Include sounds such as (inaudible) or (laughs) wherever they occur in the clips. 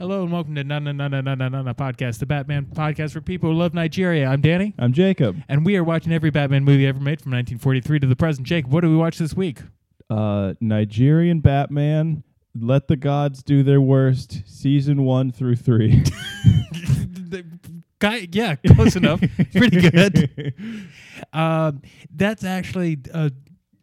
welcome to Nana Nana Nana Nana Podcast, the Batman podcast for people who love Nigeria. I'm Danny, I'm Jacob. and we are watching every Batman movie ever made from 1943 to the present. Jacob, what do we watch (laughs) this week? Uh, Nigerian Batman. Let the gods do their worst. Season one through three. Guy, yeah, close enough. (laughs) Pretty (laughs) good. Um, that's actually a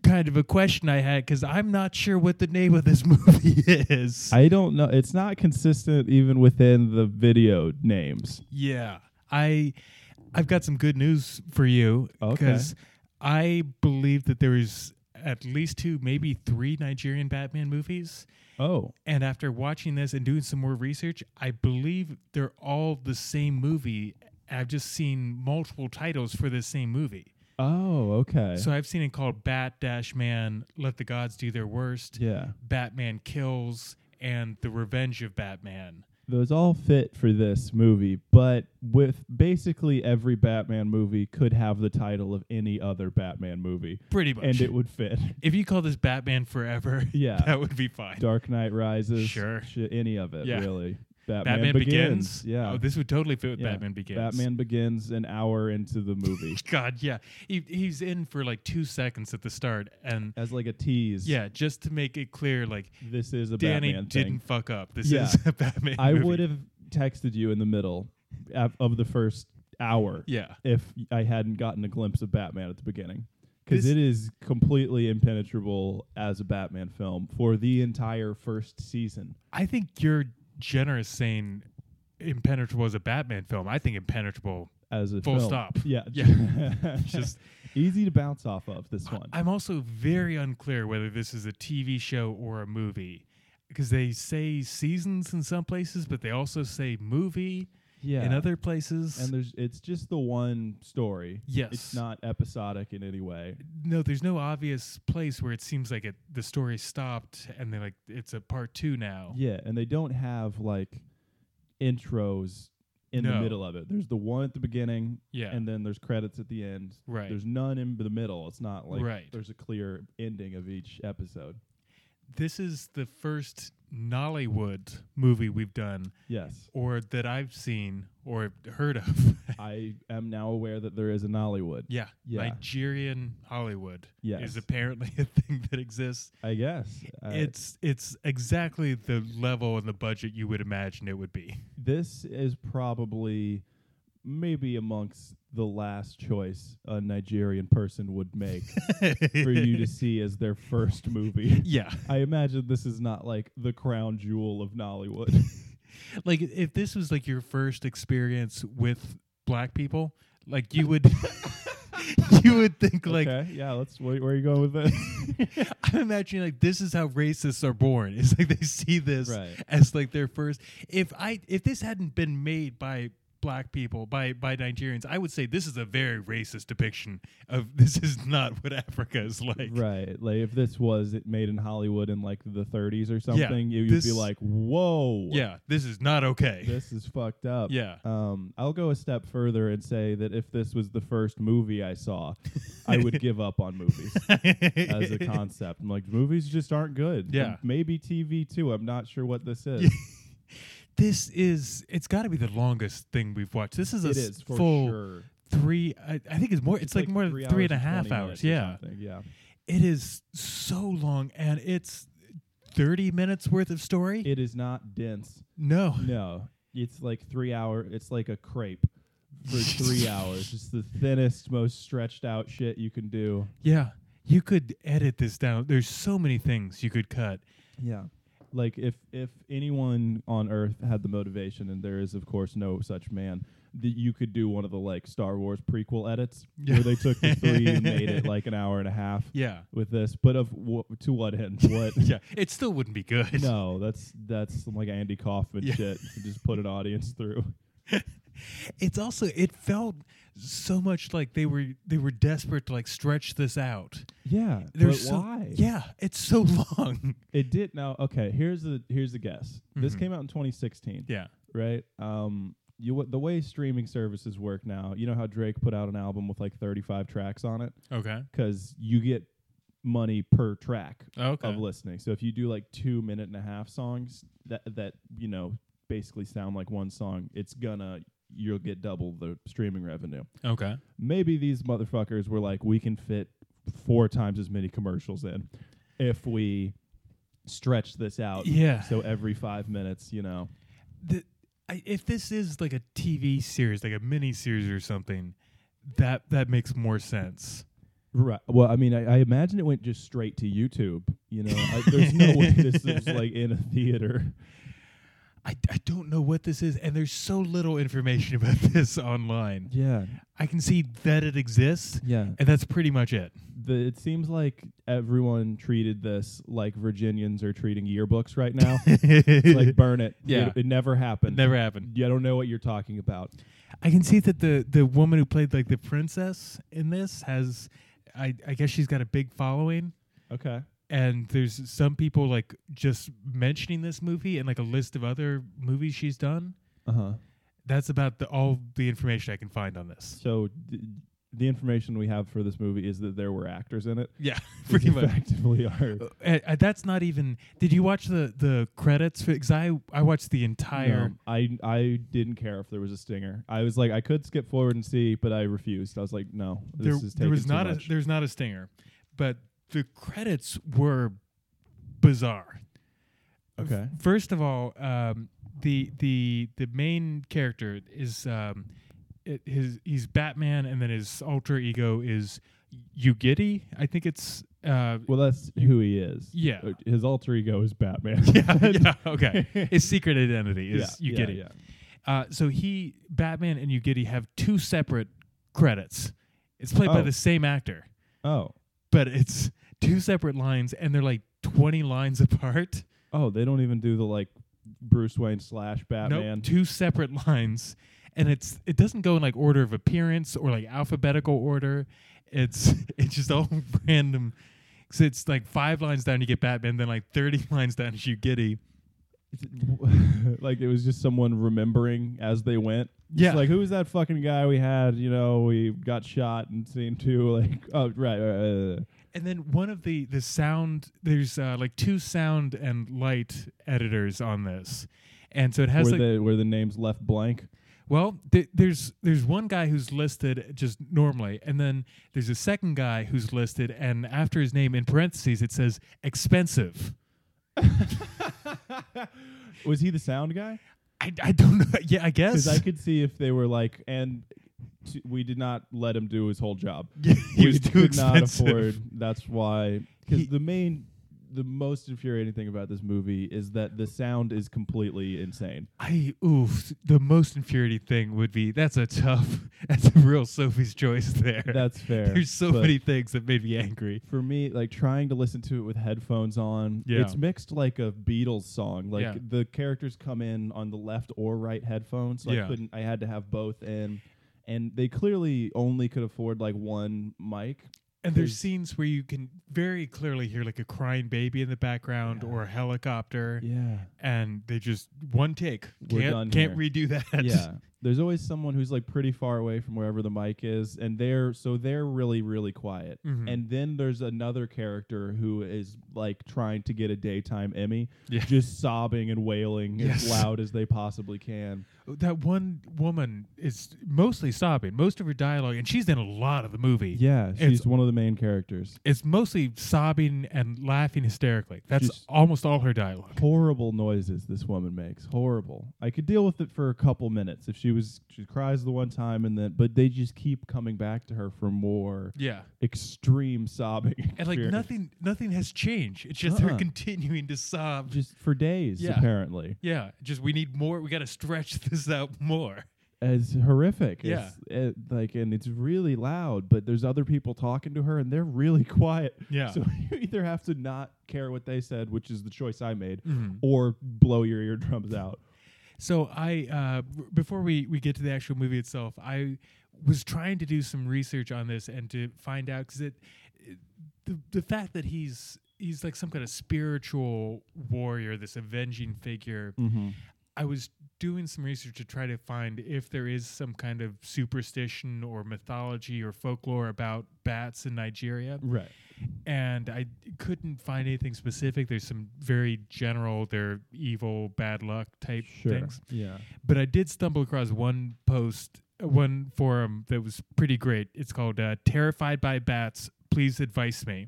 kind of a question I had because I'm not sure what the name of this (laughs) movie is. I don't know. It's not consistent even within the video names. Yeah, I I've got some good news for you Okay. because I believe that there is at least two, maybe three Nigerian Batman movies. Oh, And after watching this and doing some more research, I believe they're all the same movie. I've just seen multiple titles for the same movie. oh, okay. So I've seen it called Bat Dash Man, Let the Gods Do Their Worst, yeah, Batman Kills, and The Revenge of Batman. those all fit for this movie, but with basically every Batman movie could have the title of any other Batman movie, Pretty much. and it would (laughs) fit. if you call this Batman Forever, (laughs) Yeah. that would be fine. Dark Knight Rises. Sure. shi- any of it Yeah. really. Batman, Batman Begins. Yeah. Oh, this would totally fit with Yeah. Batman Begins. Batman Begins an hour into the (laughs) movie God, yeah. He, he's in for like two seconds at the start, and as like a tease. yeah, just to make it clear, like This is a Danny Batman thing. didn't fuck up. This Yeah. is a (laughs) Batman. I movie. would have texted you in the middle of- of the first hour Yeah. if I hadn't gotten a glimpse of Batman at the beginning. Because This- it is completely impenetrable as a Batman film for the entire first season. I think you're generous saying impenetrable is a Batman film. I think impenetrable. As a Full film. stop. Yeah. (laughs) Yeah. Just- easy to bounce off of this one. I'm also very unclear whether this is a TV show or a movie because they say seasons in some places, but they also say movie yeah. in other places. and there's it's just the one story. Yes. It's not episodic in any way. no, there's no obvious place where it seems like it, the story stopped and then like it's a part two now. Yeah, and they don't have like intros in the No. middle of it. There's the one at the beginning, Yeah. and then there's credits at the end. Right. There's none in the middle. It's not like Right. there's a clear ending of each episode. this is the first Nollywood movie we've done Yes. or that I've seen or heard of. (laughs) I am now aware that there is a Nollywood. (laughs) yeah. Yeah. Nigerian Hollywood Yes. is apparently a thing that exists. I guess. Uh, it's it's exactly the level and the budget you would imagine it would be. this is probably maybe amongst the last choice a Nigerian person would make for you to see as their first movie. (laughs) Yeah. I imagine this is not like the crown jewel of Nollywood. Like if this was like your first experience with black people, like you would (laughs) you would think like okay, yeah, let's. Where, where are you going with this? (laughs) I'm imagining like this is how racists are born. It's like they see this Right. (laughs) as like their first. If I if this hadn't been made by black people by by Nigerians, I would say this is a very racist depiction of (laughs) this is not what Africa is like. right, like if this was it made in Hollywood in like the 30s or something, you, you'd be this- like, "Whoa, Yeah, this is not okay. this is fucked up." Yeah. Um, I'll go a step further and say that if this was the first movie I saw, I would give up on movies (laughs) as a concept. I'm like, movies just aren't good. Yeah. And maybe TV too. I'm not sure what this is. this is it's got to be the longest thing we've watched. (laughs) This is a it s- is for full sure. three. I, I think it's more. It's, like, more than three and a half hours. Yeah, yeah. it is so long, and it's thirty minutes worth of story. It is not dense. no, No, it's like three hour. It's like a crepe (laughs) for three hours. Just the thinnest, most stretched out shit you can do. yeah, you could edit this down. There's so many things you could cut. Yeah. Like if if anyone on Earth had the motivation, and there is of course no such man, that you could do one of the like Star Wars prequel edits Yeah. where they took the three and made it like an hour and a half (laughs) Yeah, with this. But of w- to what end? What? (laughs) yeah, it still wouldn't be good. No, that's that's some, like Andy Kaufman Yeah. shit. You just put an audience through. it's also it felt so much like they were they were desperate to like stretch this out. Yeah, There's but so, why? Yeah, it's so (laughs) long. It did now. Okay, here's the here's the guess. This Mhm. came out in 2016, Yeah. right? Um, you w- the way streaming services work now. You know how Drake put out an album with like 35 tracks on it Okay. because you get money per track Okay. of listening. So if you do like two minute and a half songs, that that you know basically sound like one song, it's gonna you'll get double the streaming revenue. Okay. Maybe these motherfuckers were like, we can fit four times as many commercials in if we stretch this out. Yeah. Uh, So every five minutes, you know, the, I, if this is like a TV series, like a mini series or something, that that makes more sense. Right. Well, I mean, I, I imagine it went just straight to YouTube. You know, I, there's no way this is like in a theater. I, I don't know what this is, and there's so little information (laughs) about this online. Yeah. I can see that it exists, Yeah. and that's pretty much (laughs) it. The, it seems like everyone treated this like Virginians are treating yearbooks right now. It's like burn it. Yeah. It, it never happened. Never happened. Yeah, I don't know what you're talking about. I can see that the the woman who played like the princess in this has, I I guess she's got a big following, Okay. and there's some people like just mentioning this movie and like a list of other movies she's done. Uh huh. That's about the, all the information I can find on this. So d- the information we have for this movie is that there were actors in it. (laughs) Yeah, (laughs) This pretty much. Effectively are. And, uh, that's not even. Did you watch the the credits? Because I I um, watched the entire. No, I I didn't care if there was a stinger. I was like, I could skip forward and see, but I refused. I was like, no, there this is there taking was too not much. a there's not a stinger, but the credits were bizarre. okay. First of all, um, the the the main character is um, it, his he's Batman, and then his alter ego is Ugidi. I think it's uh, Well, that's who he is. Yeah. Uh, His alter ego is Batman. (laughs) (laughs) yeah, yeah, okay. His secret identity Yeah, is yeah, Ugidi. yeah. Uh, so he, Batman and Ugidi have two separate credits. It's played by Oh. the same actor, Oh. but it's two separate lines, and they're like twenty lines (laughs) apart. Oh, they don't even do the like Bruce Wayne slash No, Batman. two separate lines, and it's it doesn't go in like order of appearance or like alphabetical order. It's (laughs) it's just all random. So it's like five lines down you get Batman, then like thirty (laughs) lines down E. is Ugidi. Is it w- (laughs) like it was just someone remembering as they went. It's Yeah. like who was that fucking guy we had? You know, we got shot in scene two. (laughs) Like, oh right. right, right, And then one of the the sound there's uh, like two sound and light editors on this, and so it right. has Were like the were the names left blank? well th- there's there's one guy who's listed just normally, and then there's a second guy who's listed, and after his name in parentheses it says expensive. Was he the sound guy? I, I don't know. (laughs) Yeah, I guess. Because I could see if they were like, and t- we did not let him do his whole job. Yeah, (laughs) (laughs) he we was too could not expensive. afford. That's why. He- Because the main, the most infuriating thing about this movie is that the sound is completely insane. I oof. The most infuriating thing would be that's a tough. (laughs) That's a real Sophie's choice there. (laughs) That's fair. There's so but many things that made me angry. For me, like trying to listen to it with headphones on, Yeah. it's mixed like a Beatles song. Like Yeah. the characters come in on the left or right headphones. So Yeah. I couldn't. I had to have both in, and they clearly only could afford like one mic. And there's There's- scenes where you can very clearly hear like a crying baby in the background or a helicopter, Yeah. and they just one take We're can't done can't here. redo that. yeah. There's always someone who's like pretty far away from wherever the mic is, and they're so they're really really quiet. Mhm. And then there's another character who is like trying to get a daytime Emmy, Yeah. just sobbing and wailing Yes. as loud as they possibly can. (laughs) that one woman is mostly sobbing. Most of her dialogue, and she's in a lot of the movie. Yeah, It's- she's one of the main characters. it's mostly sobbing and laughing hysterically. That's She's- almost all her dialogue. Horrible noises this woman makes. Horrible. I could deal with it for a couple minutes if she was she cries the one time and then but they just keep coming back to her for more Yeah. extreme sobbing. And like experience. nothing nothing has changed. It's just her Uh-uh. continuing to sob. just for days Yeah. apparently. Yeah, just we need more. We got to stretch (laughs) this out more. as horrific. As, uh, like, and it's really loud, but there's other people talking to her and they're really (laughs) quiet. Yeah. So (laughs) you either have to not care what they said, which is the choice I made, Mhm. or blow your eardrums out. So I uh, r- before we we get to the actual movie itself, I was trying to do some research on this and to find out because it, it- the the fact that he's he's Mm-hmm. like some kind of spiritual warrior, this avenging figure. I was doing some research to try to find if there is some kind of superstition or mythology or folklore about bats in Nigeria. Right. And I couldn't find anything specific. There's some very general, they're evil, bad luck type Sure. things. Yeah. But I did stumble across one post, uh, one forum that was pretty great. It's called uh, Terrified by Bats, Please Advise Me.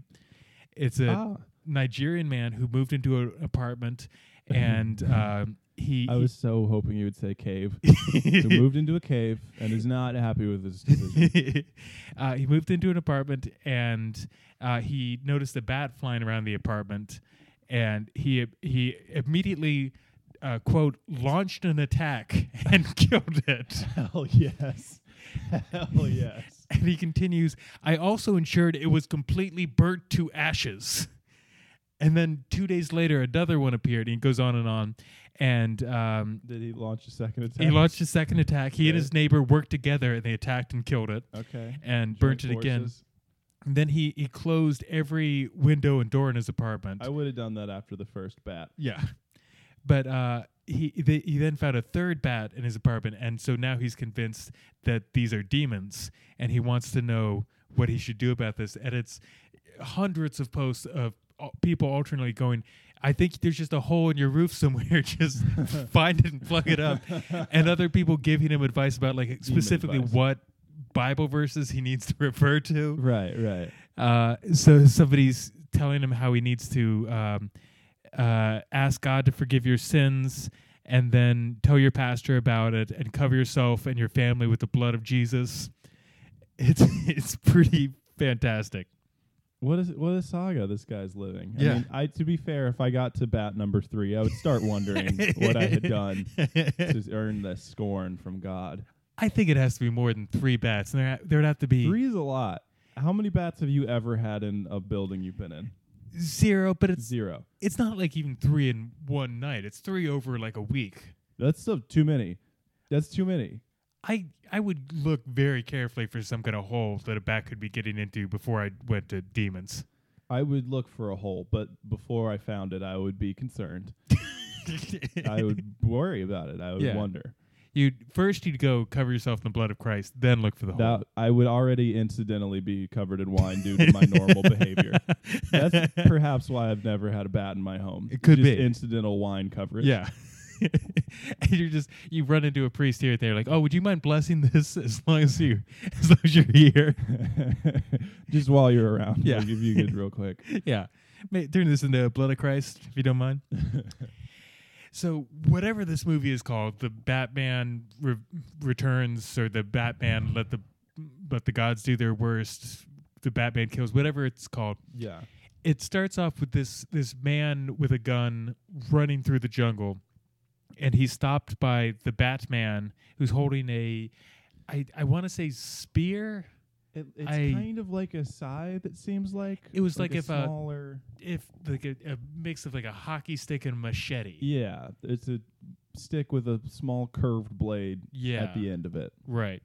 It's a Ah, Nigerian man who moved into an (laughs) apartment and um, he. I was so hoping you would say cave. (laughs) he- who moved into a cave and is not happy with his (laughs) decision. uh, he moved into an apartment and uh, he noticed a bat flying around the apartment, and he he immediately. Uh, quote launched an attack (laughs) and killed it Hell yes. Hell yes. (laughs) and he continues i also ensured it was completely burnt to ashes (laughs) and then two days later another one appeared and he goes on and on and um, Did he launch a second attack? he launched a second attack he and Okay. his neighbor worked together and they attacked and killed it Okay. and Joint burnt it again forces. And then he he closed every window and door in his apartment. I would have done that after the first bat. yeah, (laughs) but uh, he they, he then found a third bat in his apartment, and so now he's convinced that these are demons, and he wants to know what he should do about this. And it's hundreds of posts of al- people alternately going. I think there's just a hole in your roof somewhere. (laughs) Just find it and plug it up. And other people giving him advice about like specifically advice. what Bible verses he needs to (laughs) refer to. Right, right. Uh, so somebody's telling him how he needs to um, uh, ask God to forgive your sins and then tell your pastor about it and cover yourself and your family with the blood of Jesus. It's (laughs) it's pretty fantastic. What is what a saga this guy's living. I Yeah. mean, I to be fair, if I got to bat number three, I would start wondering what I had done to (laughs) earn this scorn from God. I think it has to be more than three bats. And there there would have to be Three is a lot. How many bats have you ever had in a building you've been in? zero, but it's Zero. it's not like even three in one night. It's three over like a week. That's still too many. That's too many. I I would look very carefully for some kind of hole that a bat could be getting into before I went to demons. I would look for a hole, but before I found it, I would be concerned. I would worry about it. I would Yeah. wonder. (laughs) You'd first you'd go cover yourself in the blood of Christ, then look for the hole. That I would already incidentally be covered in wine due to my normal (laughs) behavior. That's perhaps why I've never had a bat in my home. It could Just be. incidental wine coverage. Yeah. (laughs) and you're just you run into a priest here and there, like, oh, would you mind blessing this as long as you (laughs) as long as you're here? (laughs) (laughs) Just while you're around. Yeah. Like if you could real (laughs) quick. yeah. May, turn this into Blood of Christ, if you (laughs) don't mind. so, whatever this movie is called, the Batman re- Returns or the Batman Let the Let the Gods Do Their Worst, the Batman Kills, whatever it's called, Yeah. it starts off with this this man with a gun running through the jungle, and he's stopped by the Batman who's holding a, I I want to say spear. It, it's I- kind of like a scythe, it seems like. It was like if a- smaller. If like a, a mix of like a hockey stick and machete. Yeah. It's a stick with a small curved blade Yeah. at the end of it. Right.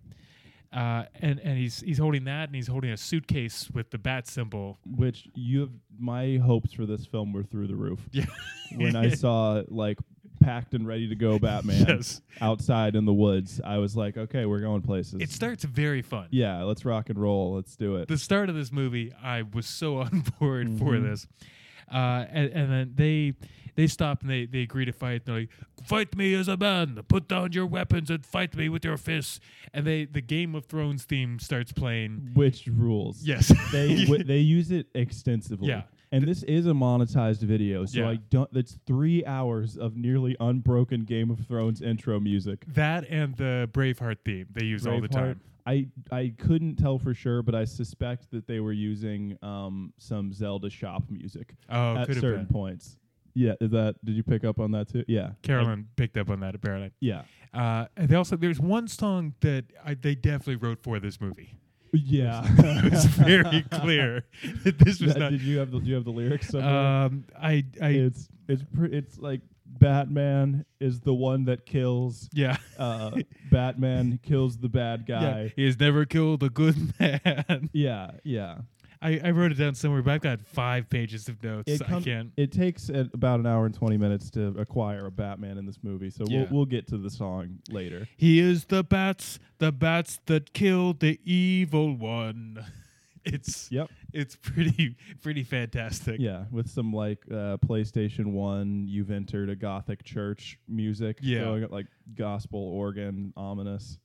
Uh, and and he's he's holding that and he's holding a suitcase with the bat symbol. Which you have my hopes for this film were through the roof. Yeah. when I saw like packed and ready to (laughs) go Batman Yes. outside in the woods, I was like, okay, we're going places. It starts very fun. yeah, let's rock and roll. Let's do it. The start of this movie, I was so (laughs) on board for Mhm. this. Uh, and, and then they they stop and they, they agree to fight. And they're like, "Fight me as a man. Put down your weapons and fight me with your fists." And they the Game of Thrones theme starts playing. Which rules? (laughs) Yes. They (laughs) w- they use it extensively. Yeah. And this is a monetized video, so Yeah. I don't. That's three hours of nearly unbroken Game of Thrones intro music that and the Braveheart theme they use all the Braveheart. time. I I couldn't tell for sure, but I suspect that they were using um some Zelda shop music Oh, at could have certain been. points. Yeah, is that did you pick up on that too? Yeah, Carolyn picked up on that apparently. Yeah. Uh, and they also there's one song that I, they definitely wrote for this movie. Yeah. (laughs) It (laughs) was very clear that this was That- not. did you have the do you have the lyrics? somewhere? Um, I, I, it's it's pr- it's like Batman is the one that kills. yeah, (laughs) Uh, Batman kills the bad yeah. guy. He has never killed a good (laughs) man. Yeah, yeah. I, I wrote it down somewhere, but I've got five pages of notes. It I come- can't. It takes uh, about an hour and twenty minutes to acquire a Batman in this movie, so Yeah. we'll we'll get to the song (laughs) later. He is the bats, the bats that killed the evil one. (laughs) It's Yep. it's pretty (laughs) pretty fantastic. Yeah, with some like uh, PlayStation One, you've entered a Gothic church music. Yeah. going, like gospel organ, ominous.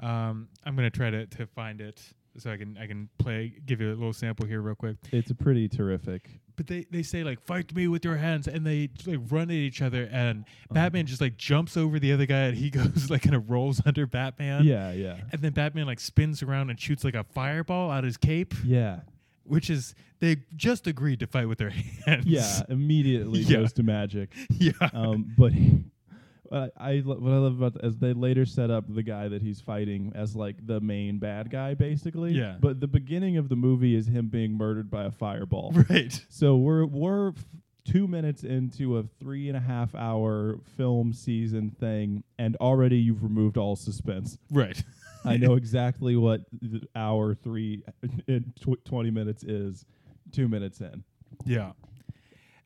Um, I'm gonna try to, to find it so I can I can play give you a little sample here real quick. It's a pretty terrific. But they, they say like fight me with your hands and they just, like run at each other and Uh-huh. Batman just like jumps over the other guy and he (laughs) goes like kind of rolls under Batman. Yeah, yeah, And then Batman like spins around and shoots like a fireball out his cape, yeah, which is they just agreed to fight with their (laughs) hands. yeah. Immediately Yeah. goes to magic. yeah. Um, but what I, I lo- what I love about th- is they later set up the guy that he's fighting as like the main bad guy, basically. Yeah. But the beginning of the movie is him being murdered by a fireball. Right. So we're we're f- two minutes into a three and a half hour film season thing, and already you've removed all suspense. Right. I (laughs) know exactly what the hour three (laughs) and tw- twenty minutes is. Two minutes in. Yeah.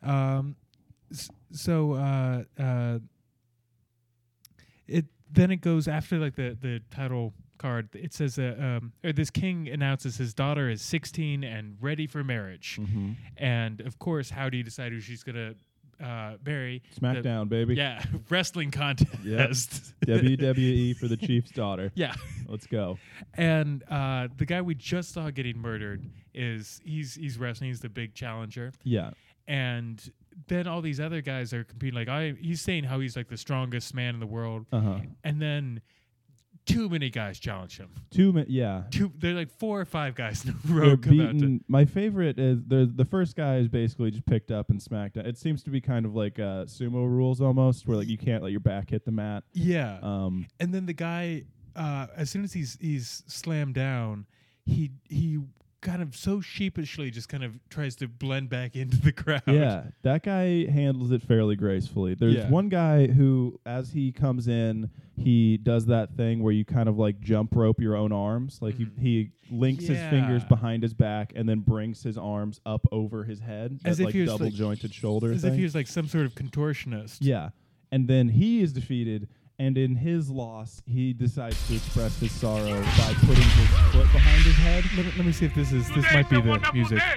Um. s- So uh, uh, it then it goes after like the the title card. It says uh, um or this king announces his daughter is 16 and ready for marriage. Mm-hmm. And of course, how do you decide who she's gonna uh, marry? The- Smackdown, baby. Yeah, (laughs) wrestling contest. (laughs) WWE E for the Chief's daughter. yeah. Let's go. And uh, the guy we just saw getting murdered is he's he's wrestling. He's the big challenger. Yeah. and then all these other guys are competing. Like I, he's saying how he's like the strongest man in the world, Uh huh. and then too many guys challenge him. Two minutes. Yeah. Two, they're like four or five guys in a They're row come out. To, beaten. My favorite is the the first guy is basically just picked up and smacked. down. It seems to be kind of like uh, sumo rules almost, where like you can't let your back hit the mat. yeah, Um, and then the guy, uh, as soon as he's he's slammed down, he he kind of so sheepishly just kind of tries to blend back into the crowd. yeah, that guy handles it fairly gracefully. There's Yeah. one guy who, as he comes in, he does that thing where you kind of like jump rope your own arms. Like Mhm. he, he links his fingers Yeah. behind his back and then brings his arms up over his head, As that, if like he was, like- double jointed shoulder. as thing. if he was like some sort of contortionist. Yeah. And then he is defeated, and in his loss, he decides to express his sorrow by putting his foot behind his head. Let me, let me see if this is this Today might is be a the wonderful music. day,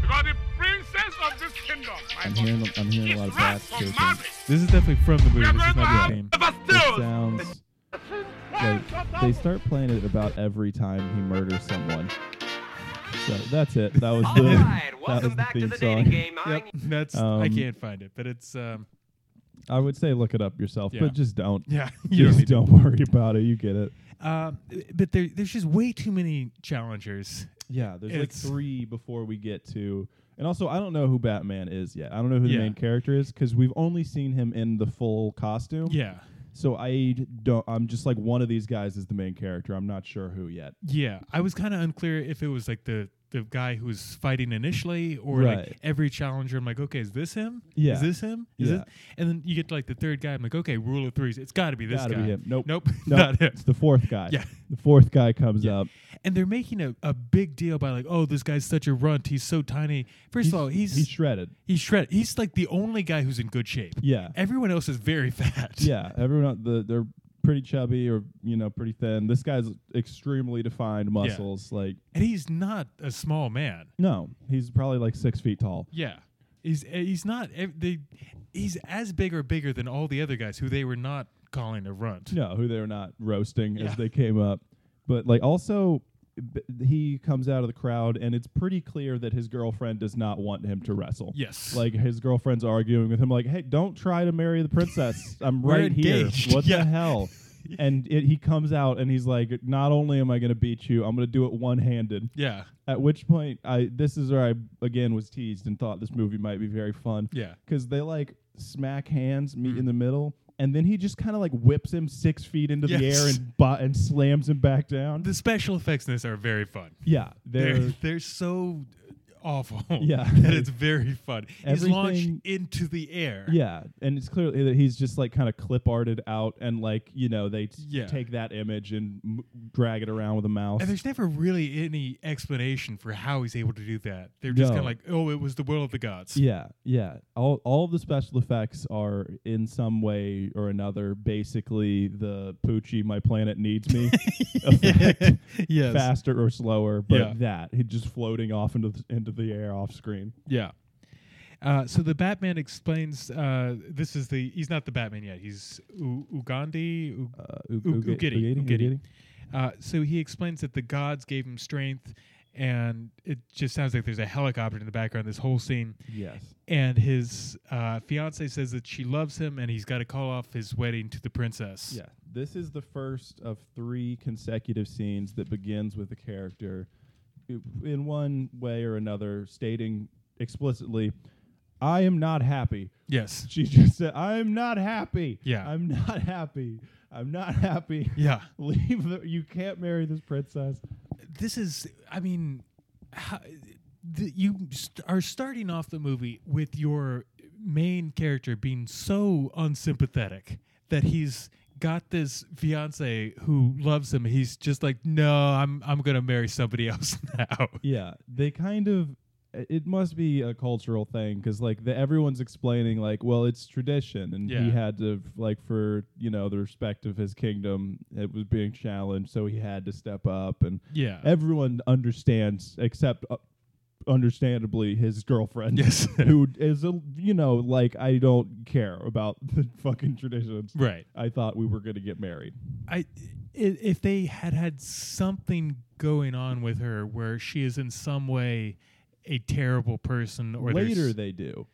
because the princess of this kingdom, my I'm lord, hearing, I'm hearing a is lot of wrapped bats. for chirping. marriage. This is definitely from the We movie. are This going is to not have the theme. the It Bastille. sounds Wives of uh, like they nobles. start playing it about every time he murders someone. So that's it. That was All the, right, that was welcome the back to theme the song. dating (laughs) game. Yep, I'm that's I Um, can't find it, but it's um I would say look it up yourself, Yeah. but just don't. yeah (laughs) you don't Just need to- don't (laughs) worry about it. You get it. Um, but there there's just way too many challengers. Yeah, there's It's- like three before we get to. And also, I don't know who Batman is yet. I don't know who the Yeah. main character is because we've only seen him in the full costume. Yeah, So I don't. I'm just like one of these guys is the main character. I'm not sure who yet. yeah. I was kind of unclear if it was like the the guy who was fighting initially or like Right. every challenger. I'm like, okay, is this him? Yeah. Is this him? Is Yeah. this? And then you get to like the third guy. I'm like, okay, rule of threes. It's got to be this Gotta guy. be him. Nope. Nope. (laughs) (laughs) No, Not him. it's the fourth guy. Yeah. the fourth guy comes up. And they're making a, a big deal by like, oh, this guy's such a runt. He's so tiny. First of all, he's he's he's, shredded. shredded. He's like the only guy who's in good shape. Yeah, Everyone else is very (laughs) fat. yeah. Everyone el- the they're pretty chubby or you know pretty thin. This guy's extremely defined muscles. Like And he's not a small man. no, he's probably like six feet tall. Yeah. He's eh, he's not ev- they he's as big or bigger than all the other guys who they were not calling a runt. No, who they were not roasting Yeah. as they came up. But like also b- he comes out of the crowd and it's pretty clear that his girlfriend does not want him to wrestle. Yes. Like his girlfriend's arguing with him like, "Hey, don't try to marry the (laughs) princess. I'm We're right here. engaged." What the Yeah. hell?" (laughs) And it, he comes out and he's like, "Not only am I going to beat you, I'm going to do it one-handed." yeah. At which point, I this is where I again was teased and thought this movie might be very fun Yeah. Mm. because they like smack hands, meet in the middle, and then he just kind of like whips him six feet into the air Yes. and bu- and slams him back down. The special effects in this are very fun. yeah, (laughs) They're they're they're so awful. (laughs) Yeah. (laughs) that it's very fun. He's Everything- launched into the air. Yeah, and it's clearly that he's just like kind of clip arted out, and like you know they t- Yeah. take that image and m- drag it around with a mouse. And there's never really any explanation for how he's able to do that. They're just No. kind of like, oh, it was the will of the gods. yeah, yeah. All all of the special effects are in some way or another basically the Poochie, my planet needs (laughs) me effect, yes. faster or slower, but Yeah. that he just floating off into the, into the air off screen. Yeah. Uh, so the Batman explains. Uh, this is the. He's not the Batman yet. He's U- Ugandi. U- Uh, U- U- Uge- Ugidi, Ugedi, Ugidi. Ugedi? Uh, so he explains that the gods gave him strength, and it just sounds like there's a helicopter in the background. This whole scene, Yes. and his uh, fiance says that she loves him, and he's got to call off his wedding to the princess. Yeah, this is the first of three consecutive scenes that begins with the character, i- in one way or another, stating explicitly, "I am not happy." (laughs) Yes. She just said, "I am not happy. Yeah. I'm not happy. I'm not happy. Yeah. (laughs) Leave. The, you can't marry this princess." This is. I mean, how, th- you st- are starting off the movie with your main character being so unsympathetic that he's got this fiance who loves him. He's just like, no, I'm I'm gonna marry somebody else (laughs) now. Yeah, they kind of. i- It must be a cultural thing because like the, everyone's explaining like, well, it's tradition, and Yeah. he had to like for you know the respect of his kingdom, it was being challenged, so he had to step up, and Yeah. everyone understands except. Uh, understandably his girlfriend Yes. (laughs) who is a, you know like i don't care about (laughs) the fucking traditions right. i thought we were gonna get married I i- if they had had something going on with her where she is in some way a terrible person or there's- later they do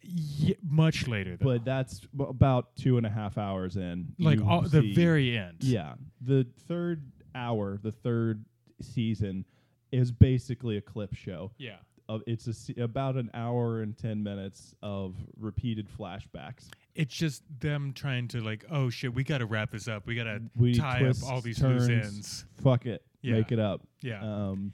Ye- much later though. but that's b- about two and a half hours in like you all, the see- very end. Yeah. The third hour, the third season is basically a clip show. Yeah. Of it's a, se- about an hour and 10 minutes of repeated flashbacks. It's just them trying to like, oh shit, we got to wrap this up. We got to We tie twists, up all these turns, loose ends. Fuck it. Yeah. Make it up. Yeah. Um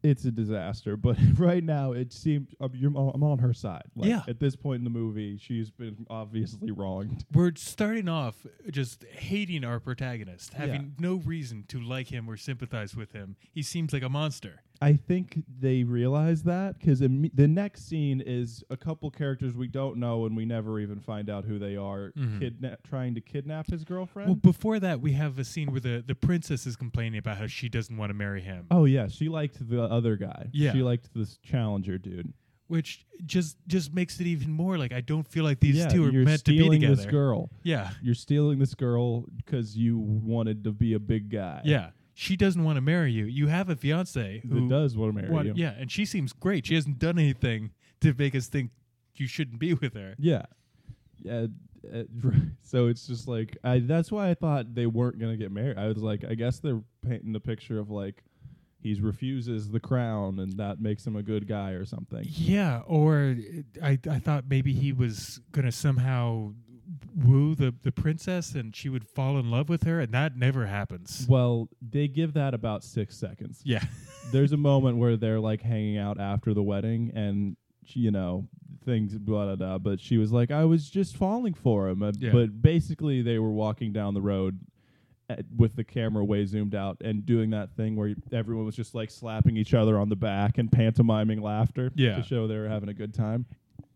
it's a disaster, (laughs) but right now it seems I'm, you're, I'm on her side. Like, Yeah. At this point in the movie, she's been obviously wronged. We're starting off just hating our protagonist, having Yeah. no reason to like him or sympathize with him. He seems like a monster. I think they realize that because the next scene is a couple characters we don't know and we never even find out who they are kidna- trying to kidnap his girlfriend. Mm-hmm. Well, before that, we have a scene where the, the princess is complaining about how she doesn't want to marry him, oh yeah, she liked the other guy. Yeah. she liked this challenger dude. which just just makes it even more like I don't feel like these yeah, two are you're meant to be stealing together. this girl. Yeah, You're stealing this girl because you wanted to be a big guy. yeah. She doesn't want to marry you. You have a fiance that who does want to marry Well, you. Yeah, and she seems great. She hasn't done anything to make us think you shouldn't be with her. Yeah. Yeah. uh, (laughs) So it's just like I that's why I thought they weren't going to get married. I was like I guess they're painting the picture of like he refuses the crown and that makes him a good guy or something. Yeah, or uh, I I thought maybe he was gonna somehow woo the the princess and she would fall in love with her, and that never happens. Well, they give that about 6 seconds. Yeah, There's a moment where they're like hanging out after the wedding and you know things blah blah blah but she was like I was just falling for him Uh, Yeah. but basically they were walking down the road at- with the camera way zoomed out and doing that thing where everyone was just like slapping each other on the back and pantomiming laughter Yeah. to show they were having a good time.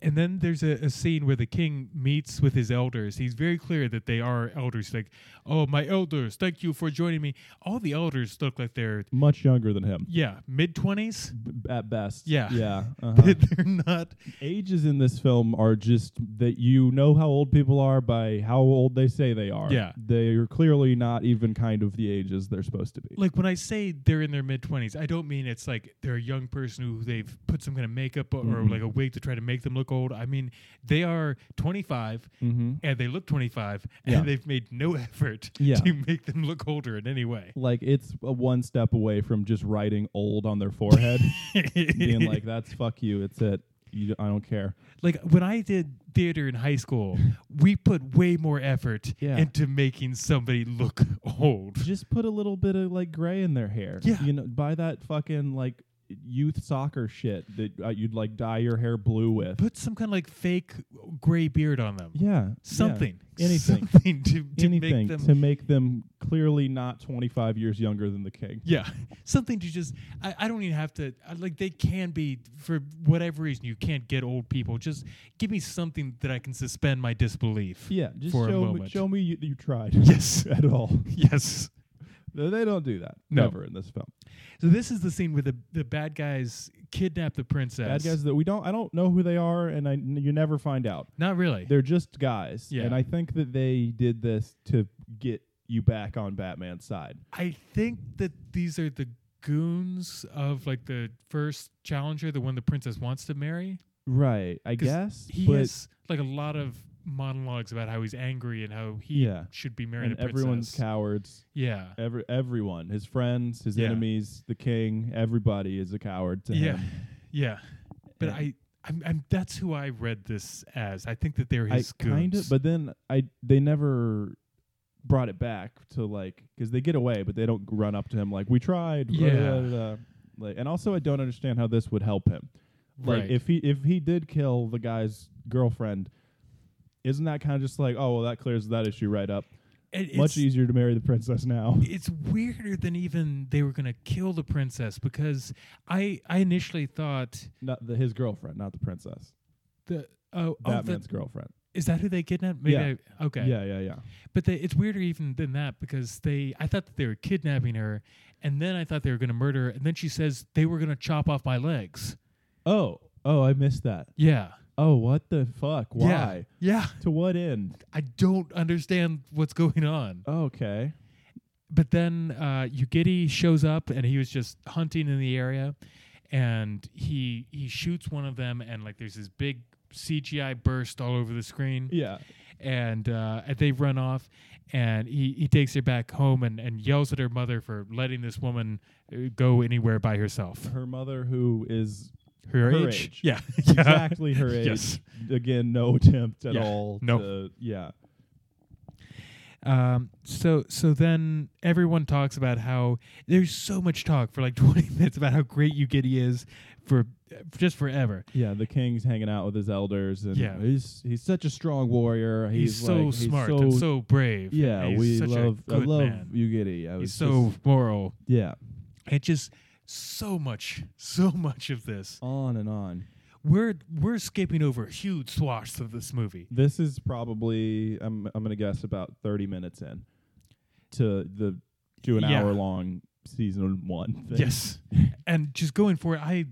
and then there's a, a scene where the king meets with his elders. He's very clear that they are elders. Like, oh, my elders, thank you for joining me. All the elders look like they're Much younger than him yeah mid twenties. b- at best. Yeah. (laughs) Yeah. uh they're not Ages in this film are just that you know how old people are by how old they say they are. Yeah. They're clearly not even kind of the ages they're supposed to be. like when I say they're in their mid twenties, I don't mean it's like they're a young person who they've put some kind of makeup or, Mm-hmm. or like a wig to try to make them look old. I mean they are twenty Mhm. and they look twenty five Yeah. and they've made no effort Yeah. to make them look older in any way. Like it's a one step away from just writing old on their forehead, (laughs) being like, "That's fuck you. It's it. You, I don't care." Like when I did theater in high school, we put way more effort Yeah. into making somebody look old. just put a little bit of like gray in their hair. Yeah. You know, buy that fucking like youth soccer shit that uh, you'd like dye your hair blue with. Put some kind of like fake gray beard on them. yeah, yeah. Something. anything, Something to, to anything make them. to make them clearly not 25 years younger than the king. yeah. (laughs) Something to just. I, I don't even have to. I, like, they can be, for whatever reason, you can't get old people. Just give me something that I can suspend my disbelief. (laughs) Yeah, just For a show me, moment. show me you, you (laughs) tried. Yes. at all. Yes. No, They don't do that. No. Never in this film. So this is the scene where the, the bad guys kidnap the princess. Bad guys that we don't. I don't know who they are, and I n- you never find out. Not really. They're just guys. Yeah. And I think that they did this to get you back on Batman's side. I think that these are the goons of like the first challenger, the one the princess wants to marry. Right. I 'Cause guess. He but has like a lot of monologues about how he's angry and how he Yeah. should be marrying and the princess. everyone's cowards. yeah. Every everyone, his friends, his Yeah. enemies, the king, everybody is a coward to Yeah. him. Yeah. But Yeah. I I'm, I'm that's who I read this as. I think that they're I his goons. kind of, but then I they never brought it back to like because they get away, but they don't run up to him like we tried. blah, Yeah. blah, blah, blah." Like, and also I don't understand how this would help him. Like Right. if he if he did kill the guy's girlfriend, isn't that kind of just like oh well that clears that issue right up? And it's- Much easier to marry the princess now. it's weirder than even they were gonna kill the princess because I I initially thought not the, his girlfriend, not the princess. the oh, oh the, Batman's girlfriend. is that who they kidnapped? Maybe Yeah. I, okay. Yeah, yeah, yeah. But they, it's weirder even than that because they I thought that they were kidnapping her and then I thought they were gonna murder her and then she says they were gonna chop off my legs. Oh, oh, I missed that. Yeah. Oh, what the fuck? Yeah. Why? Yeah. To what end? I don't understand what's going on. Okay. But then uh Yugiti shows up and he was just hunting in the area and he he shoots one of them and like there's this big CGI burst all over the screen. Yeah. and uh, and they run off and he, he takes her back home and, and yells at her mother for letting this woman uh, go anywhere by herself her mother who is her, Her age? age. yeah (laughs) exactly her age Yes. again no attempt at Yeah. all No. to, yeah um so so then everyone talks about how there's so much talk for like (laughs) 20 minutes about how great Yugiti is for just forever yeah the king's hanging out with his elders and Yeah. he's he's such a strong warrior he's, he's, so like- he's smart so, and so brave yeah and he's we such love a I good love man. Yugiri I was he's so just- moral yeah it just so much (laughs) so much of this on and on we're we're skipping over huge swaths of this movie. this is probably I'm I'm gonna guess about 30 minutes in to the to an Yeah. hour long season one thing. Yes, (laughs) and just going for it, I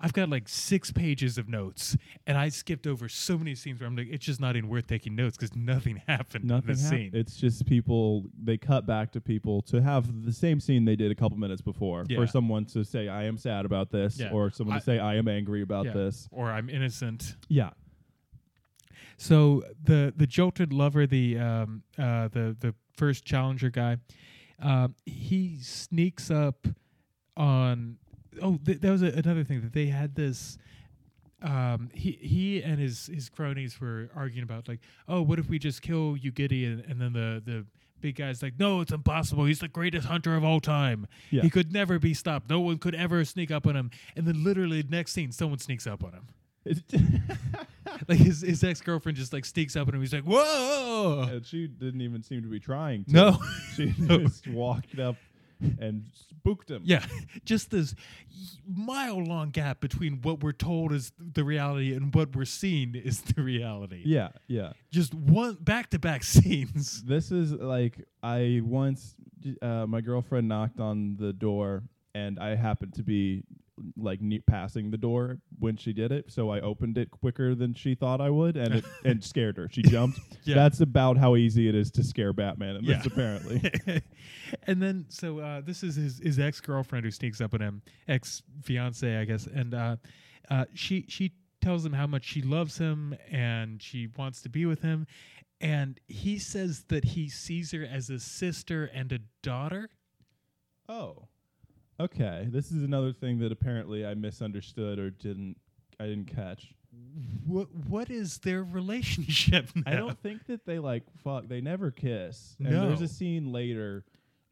I've got like six pages of notes, and I skipped over so many scenes where I'm like, it's just not even worth taking notes because nothing (laughs) happened nothing in this hap- scene. It's just people they cut back to people to have the same scene they did a couple minutes before Yeah. for someone to say I am sad about this Yeah. or someone I- to say I am angry about Yeah. this. Or I'm innocent. Yeah. So the the jolted lover, the um uh the the first challenger guy, um he sneaks up on. Oh, th- that was a, another thing that they had this. Um, he he and his his cronies were arguing about like, oh, what if we just kill Ugidi and, and then the the big guy's like, no, it's impossible. He's the greatest hunter of all time. Yeah. He could never be stopped. No one could ever sneak up on him. And then literally next scene, someone sneaks up on him like his, his ex girlfriend just like sneaks up on him. He's like, "Whoa!" (laughs) and she didn't even seem to be trying to. No. (laughs) She No. just walked up and spooked him. Yeah, just this mile long gap between what we're told is the reality and what we're seeing is the reality. Yeah, yeah. Just one back to back scenes. This is like I once uh, my girlfriend knocked on the door and I happened to be like ne- passing the door when she did it, so I opened it quicker than she thought I would, and it (laughs) and scared her. She jumped. Yeah. That's about how easy it is to scare Batman, and Yeah. this apparently. (laughs) and then, so uh, this is his, his ex girlfriend who sneaks up on him, ex fiance, I guess, and uh, uh, she she tells him how much she loves him and she wants to be with him, and he says that he sees her as a sister and a daughter. oh, okay. This is another thing that apparently I misunderstood or didn't I didn't catch. What what is their relationship? (laughs) Now? I don't think that they like fuck. They never kiss. And No. there's a scene later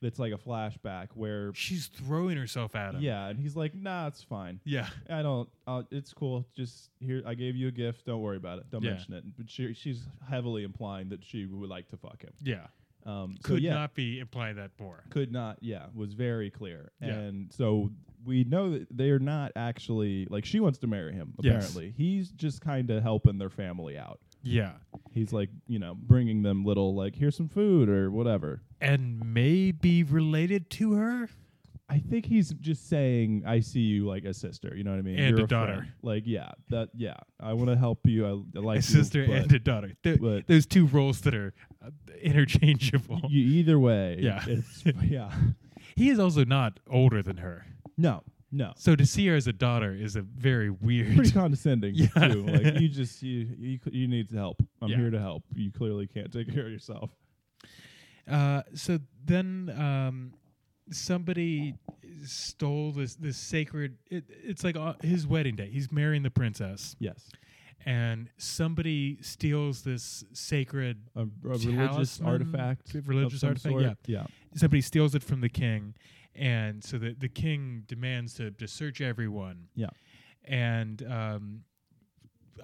It's like a flashback where She's throwing herself at him. yeah, and he's like, "Nah, it's fine. Yeah. I don't. Uh, it's cool. Just here, I gave you a gift. Don't worry about it. Don't Yeah. mention it." But she, she's heavily implying that she would like to fuck him. Yeah. Um, so Could yeah, not be implying that more. could not. Yeah, was very clear. Yeah. And so we know that they are not actually like she wants to marry him. Yes. Apparently, he's just kind of helping their family out. Yeah. He's like, you know, bringing them little like here's some food or whatever. And maybe related to her? I think he's just saying, "I see you like a sister." You know what I mean? And You're a daughter. friend. Like, yeah, that, yeah. I want to help you. I, I like a sister you, but and a daughter. Th- but- those two roles that are uh, interchangeable. you, either way. Yeah. it's, yeah. he is also not older than her. No, (laughs) no. So to see her as a daughter is a very Pretty weird. condescending Yeah. too. Like you just you you, cl- you need help. I'm Yeah. here to help. You clearly can't take care of yourself. (laughs) Uh, so then um, somebody stole this this sacred. It, it's like uh, his wedding day. He's marrying the princess, Yes, and somebody steals this sacred. a, a religious Talisman? artifact. A of religious some artifact, sort. yeah. yeah. Somebody steals it from the king, and so the the king demands to to search everyone. Yeah. and um,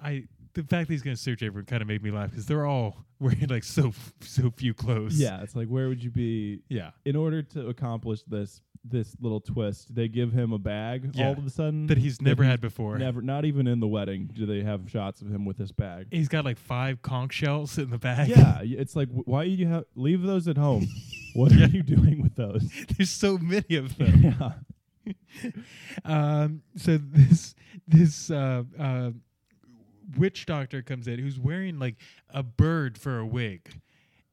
I the fact that he's going to search everyone kind of made me laugh because they're all (laughs) wearing like so so few clothes. Yeah, it's like where would you be yeah. in order to accomplish this this little twist? They give him a bag Yeah. all of a sudden That he's never he's had before. Never, not even in the wedding, do they have shots of him with his bag. He's got like five conch shells in the bag. yeah, y- it's like wh- why you have leave those at home. what are you doing with (laughs) those? (laughs) there's so many of them. yeah, um, so this this uh, uh, witch doctor comes in who's wearing like a bird for a wig.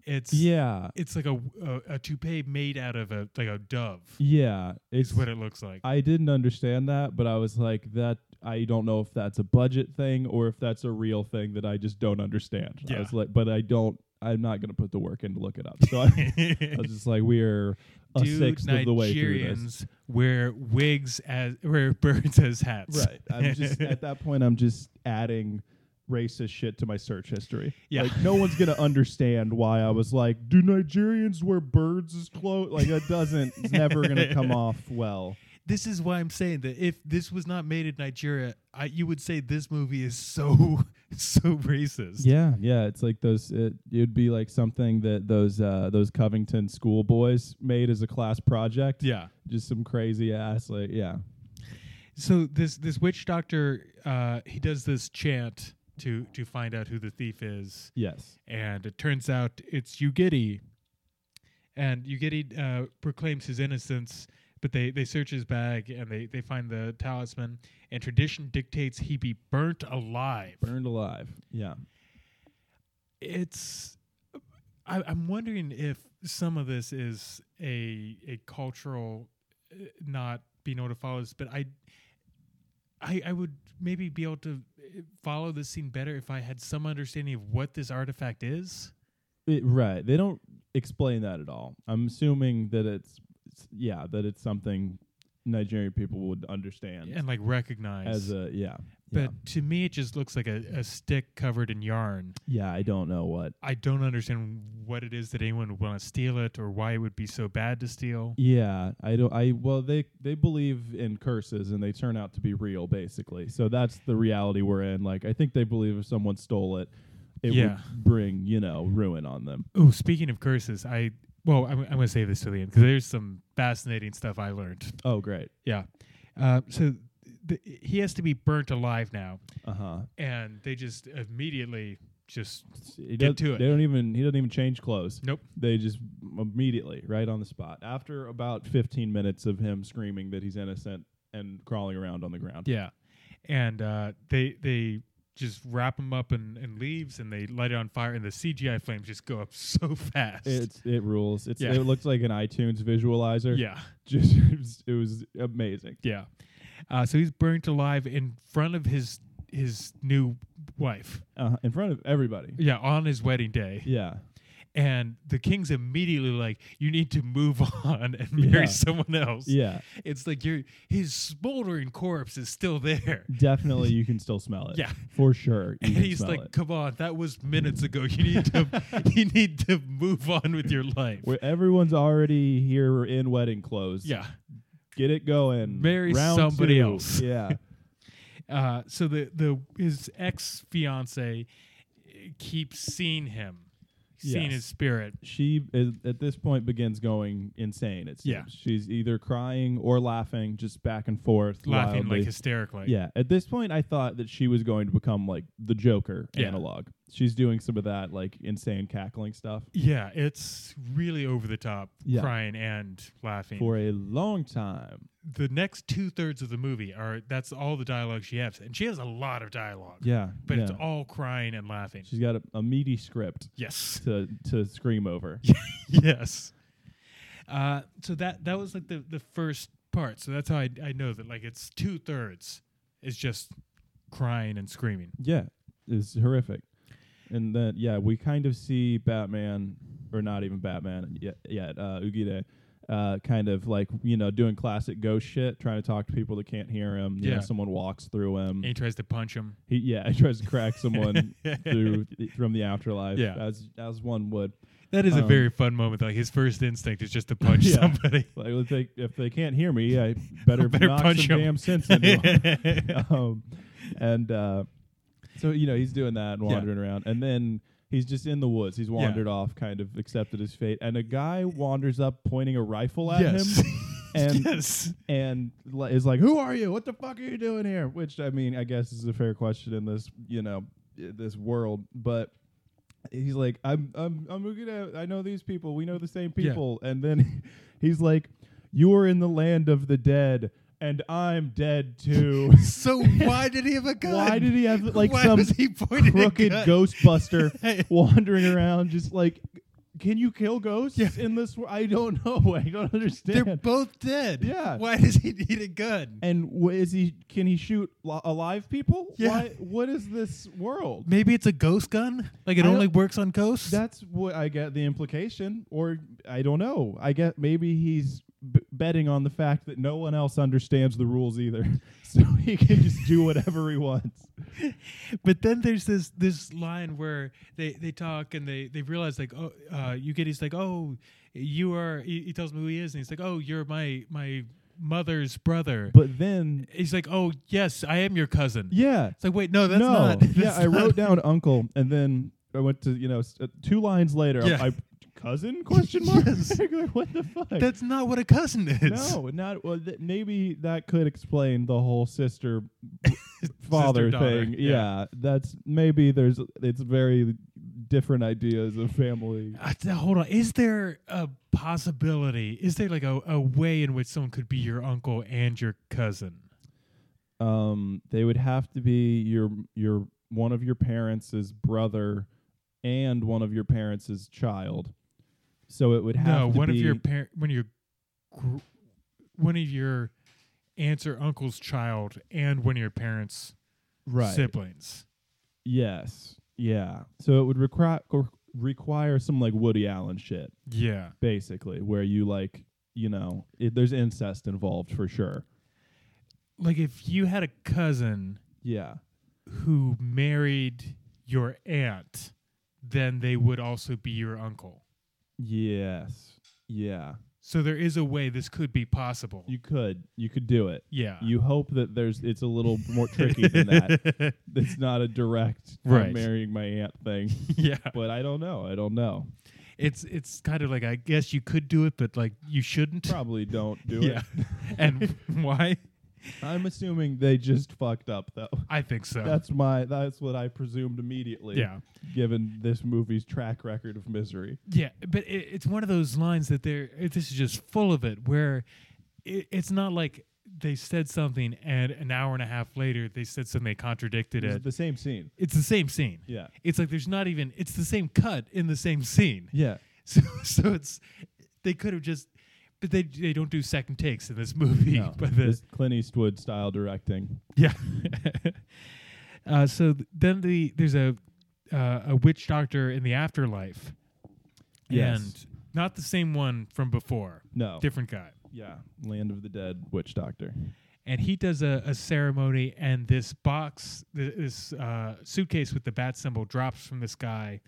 It's yeah, It's like a, a a toupee made out of a like a dove. yeah. It's Is what it looks like. I didn't understand that, but I was like that. I don't know if that's a budget thing or if that's a real thing that I just don't understand. I Yeah. was like, but I don't. I'm not going to put the work in to look it up. So (laughs) I, I was just like, we're a do sixth Nigerians of the way through this. wear wigs as wear (laughs) birds as hats? (laughs) Right. I'm just at that point. I'm just adding racist shit to my search history. Yeah. Like no one's gonna understand why I was like, "Do Nigerians wear birds as clothes?" Like that doesn't. (laughs) It's never gonna come off well. this is why I'm saying that if this was not made in Nigeria, I, you would say this movie is so (laughs) so racist. Yeah, yeah. It's like those. It, it'd be like something that those uh, those Covington schoolboys made as a class project. Yeah. Just some crazy ass. Like yeah. So this this witch doctor, uh, he does this chant to to find out who the thief is, Yes. and it turns out it's Ugidi. And Ugidi uh, proclaims his innocence, but they, they search his bag and they, they find the talisman. And tradition dictates he be burnt alive. Burned alive. Yeah. It's I, I'm wondering if some of this is a a cultural uh, not being able to follow this, but I. I, I would maybe be able to uh, follow this scene better if I had some understanding of what this artifact is. It, right. They don't explain that at all. I'm assuming that it's, it's yeah that it's something Nigerian people would understand and like recognize as a yeah. but yeah. to me it just looks like a, a stick covered in yarn yeah, I don't know what. i don't understand what it is that anyone would want to steal it or why it would be so bad to steal Yeah, I don't. I well, they they believe in curses and they turn out to be real, basically. So that's the reality we're in. Like, I think they believe if someone stole it, it Yeah. would bring you know ruin on them. oh speaking of curses i well i'm, I'm going to save this to the end because there's some fascinating stuff i learned Oh, great. yeah uh, so th- he has to be burnt alive now Uh huh. and they just immediately just Get to it. They don't even. He doesn't even change clothes. nope They just immediately, right on the spot, after about 15 minutes of him screaming that he's innocent and crawling around on the ground. Yeah, and uh, they they just wrap them up in, in leaves, and they light it on fire, and the CGI flames just go up (laughs) so fast. It's it rules. It's Yeah. it looks like an iTunes visualizer. yeah, (laughs) just it was, it was amazing. yeah. Uh, so he's burnt alive in front of his his new wife. Uh, in front of everybody. (laughs) Yeah, on his wedding day, Yeah, and the king's immediately like, "You need to move (laughs) on and marry Yeah. someone else." Yeah, It's like your his smoldering corpse is still there. definitely you can still smell it. (laughs) Yeah. for sure. you (laughs) And can he's smell like, it. "Come on, that was minutes ago. You need (laughs) to (laughs) you need to move on with your life." Where everyone's already here in wedding clothes. yeah. get it going. Marry Round somebody two. else. (laughs) Yeah, Uh, so the the his ex fiance keeps seeing him, seeing Yes. his spirit. she is, at this point begins going insane. It's Yeah. she's either crying or laughing, just back and forth, Laughing wildly. like hysterically. Yeah, at this point, I thought that she was going to become like the Joker Yeah. analog. She's doing some of that like insane cackling stuff Yeah, it's really over the top, Yeah. crying and laughing. for a long time. the next two thirds of the movie are that's all the dialogue she has, and she has a lot of dialogue. Yeah, but it's yeah. all crying and laughing. She's got a, a meaty script yes, (laughs) to to scream over. yes. Uh, so that that was like the the first part. So that's how I I know that like it's two thirds is just crying and screaming. Yeah, it's horrific. And then yeah, we kind of see Batman, or not even Batman yet, yet uh, Ugide, uh, kind of like you know doing classic ghost shit, trying to talk to people that can't hear him. You know, Yeah. someone walks through him. And he tries to punch him. He, yeah, (laughs) he tries to crack (laughs) someone through from the afterlife. Yeah. as as one would. That is a Um, very fun moment. Like his first instinct is just to (laughs) punch Yeah. somebody. Like if they if they can't hear me, I (laughs) better, Better knock punch some him. damn sense into 'em. (laughs) um, and uh, so you know he's doing that and Yeah. wandering around, and then he's just in the woods. He's wandered off, kind of accepted his fate, and a guy wanders up pointing a rifle at yes. (laughs) him and- yes. and li- is like, "Who are you? What the fuck are you doing here?" Which I mean, I guess is a fair question in this you know i- this world, but. He's like, I'm, I'm, I'm gonna. I know these people. We know the same Yeah. people. And then (laughs) he's like, "You're in the land of the dead, and I'm dead (laughs) too." (laughs) So why did he have a gun? Why did he have like Why some was he pointing a crooked gun? (laughs) Ghostbuster wandering around, just like, can you kill ghosts Yeah. in this? wor- I don't know. (laughs) I don't They're understand. both dead. Yeah. Why does he need a gun? and wh- is he? Can he shoot li- alive people? Yeah. Why, what is this world? Maybe it's a ghost gun. Like it I only don't- works on ghosts. That's what I get the implication, or I don't know. I get maybe he's b- betting on the fact that no one else understands the rules either, (laughs) so he can just do whatever he wants. but then there's this this line where they they talk and they they realize like oh uh, you get he's like oh you are he, he tells me who he is and he's like oh you're my my mother's brother. But then, he's like oh yes I am your cousin. yeah, It's like wait no that's no. not. (laughs) Yeah, that's I not- wrote down uncle, and then I went to you know s- uh, two lines later. Yeah. I, cousin question mark. (laughs) (laughs) Yes. Like, what the fuck? That's not what a cousin is. no, not well. Th- maybe that could explain the whole sister b- (laughs) father Sister-daughter, thing. yeah. that's maybe there's it's very different ideas of family. I th- hold on. Is there a possibility? Is there like a, a way in which someone could be your uncle and your cousin? Um, they would have to be your your one of your parents' brother and one of your parents' child. So it would have No, to one of be- your parent, one of your, gr- one of your aunts or uncle's child, and one of your parents' right. siblings. Yes. Yeah. So it would require require some like Woody Allen shit, Yeah. basically, where you like, you know, it, there's incest involved for sure. Like if you had a cousin Yeah. who married your aunt, then they would also be your uncle. Yes. Yeah. So there is a way this could be possible. You could. You could do it. yeah. You hope that there's it's a little more tricky than (laughs) that. It's not a direct I'm Right. marrying my aunt (laughs) thing. yeah. But I don't know. I don't know. it's it's kind of like I guess you could do it, but like you shouldn't. (laughs) Probably don't do yeah. (laughs) (laughs) and why? it. I'm assuming they just fucked up though. I think so. That's my that's what I presumed immediately. yeah. given this movie's track record of misery. Yeah, but it, it's one of those lines that they're it, this is just full of it where it, it's not like they said something and an hour and a half later they said something they contradicted It's it. the same scene. It's the same scene. Yeah. It's like there's not even it's the same cut in the same scene. Yeah. (laughs) So so it's they could have just but they they don't do second takes in this movie. (laughs) But the, this Clint Eastwood style directing. Yeah. (laughs) uh, so th- then the there's a uh, a witch doctor in the afterlife Yes. And not the same one from before. No. Different guy. yeah. Land of the Dead Witch Doctor. And he does a, a ceremony, and this box, th- this uh, suitcase with the bat symbol drops from the sky,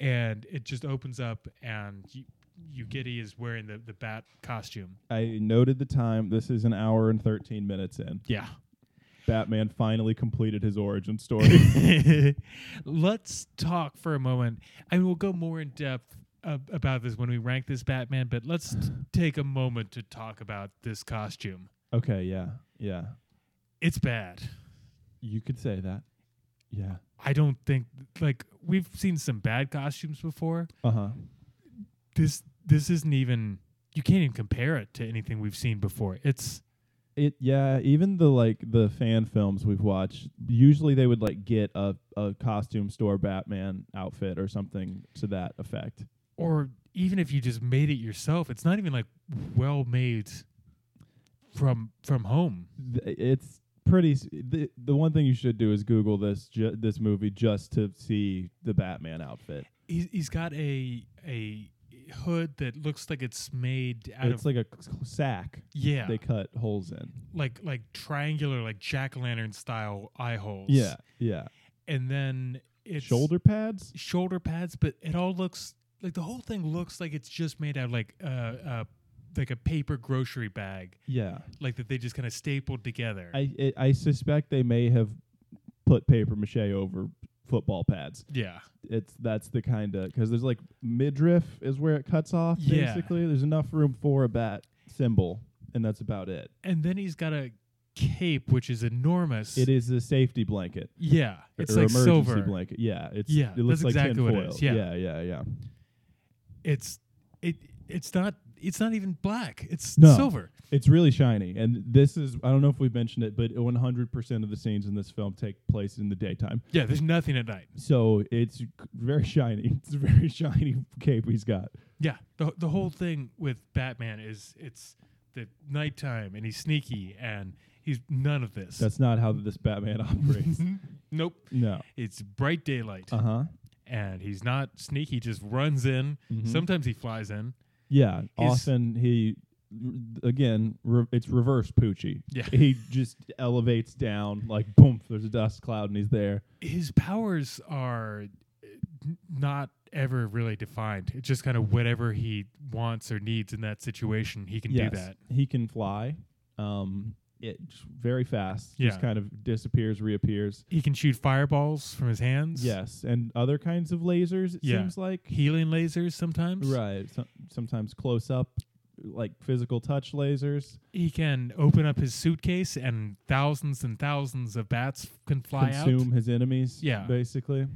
and it just opens up, and you, you Giddy is wearing the, the bat costume. I noted the time. This is an hour and 13 minutes in. Yeah. Batman finally completed his origin (laughs) story. Let's talk for a moment. I mean, we'll go more in depth uh, about this when we rank this Batman, but let's t- take a moment to talk about this costume. okay, yeah. Yeah. It's bad. You could say that. Yeah. I don't think like we've seen some bad costumes before. Uh-huh. This this isn't even you can't even compare it to anything we've seen before. It's It yeah, even the like the fan films we've watched, usually they would like get a, a costume store Batman outfit or something to that effect. or even if you just made it yourself, it's not even like well made from from home. Th- It's pretty s- the, the one thing you should do is Google this ju- this movie just to see the Batman outfit. He's, he's got a a hood that looks like it's made out it's of like a c- sack yeah, they cut holes in. like like triangular, like jack o' lantern style eye holes. Yeah, yeah. and then it's Shoulder pads? shoulder pads, but it all looks like the whole thing looks like it's just made out of like uh, uh like a paper grocery bag, Yeah. like that they just kind of stapled together. I it, I suspect they may have put paper mache over football pads. yeah, It's that's the kind of because there's like midriff is where it cuts off. Yeah. Basically, there's enough room for a bat symbol, and that's about it. and then he's got a cape which is enormous. It is a safety blanket. yeah, it's or like emergency silver. blanket. Yeah, it's Yeah, It looks that's like exactly what it tinfoil. is, yeah. yeah, yeah, yeah. It's it it's not it's not even black. It's No. silver. It's really shiny, and this is I don't know if we've mentioned it, but 100 percent of the scenes in this film take place in the daytime. Yeah, there's nothing at night. So it's c- very shiny. (laughs) It's a very shiny cape he's got. Yeah, the the whole thing with Batman is it's the nighttime and he's sneaky and he's none of this. That's not how this Batman (laughs) operates. nope. no. It's bright daylight Uh huh. and he's not sneaky. Just runs in. Mm-hmm. Sometimes he flies in. Yeah. His- often he, again, re- it's reverse Poochie. Yeah. He just elevates down like boom. There's a dust cloud and he's there. His powers are uh, n- not ever really defined. It's just kind of whatever he wants or needs in that situation, he can yes. do that. He can fly. Um, it just very fast. Yeah. Just kind of disappears, reappears. He can shoot fireballs from his hands. Yes, and other kinds of lasers. It Yeah. seems like Healing lasers sometimes. right. So, sometimes close up, like physical touch lasers. He can open up his suitcase and thousands and thousands of bats can fly out. consume his enemies. Yeah. basically.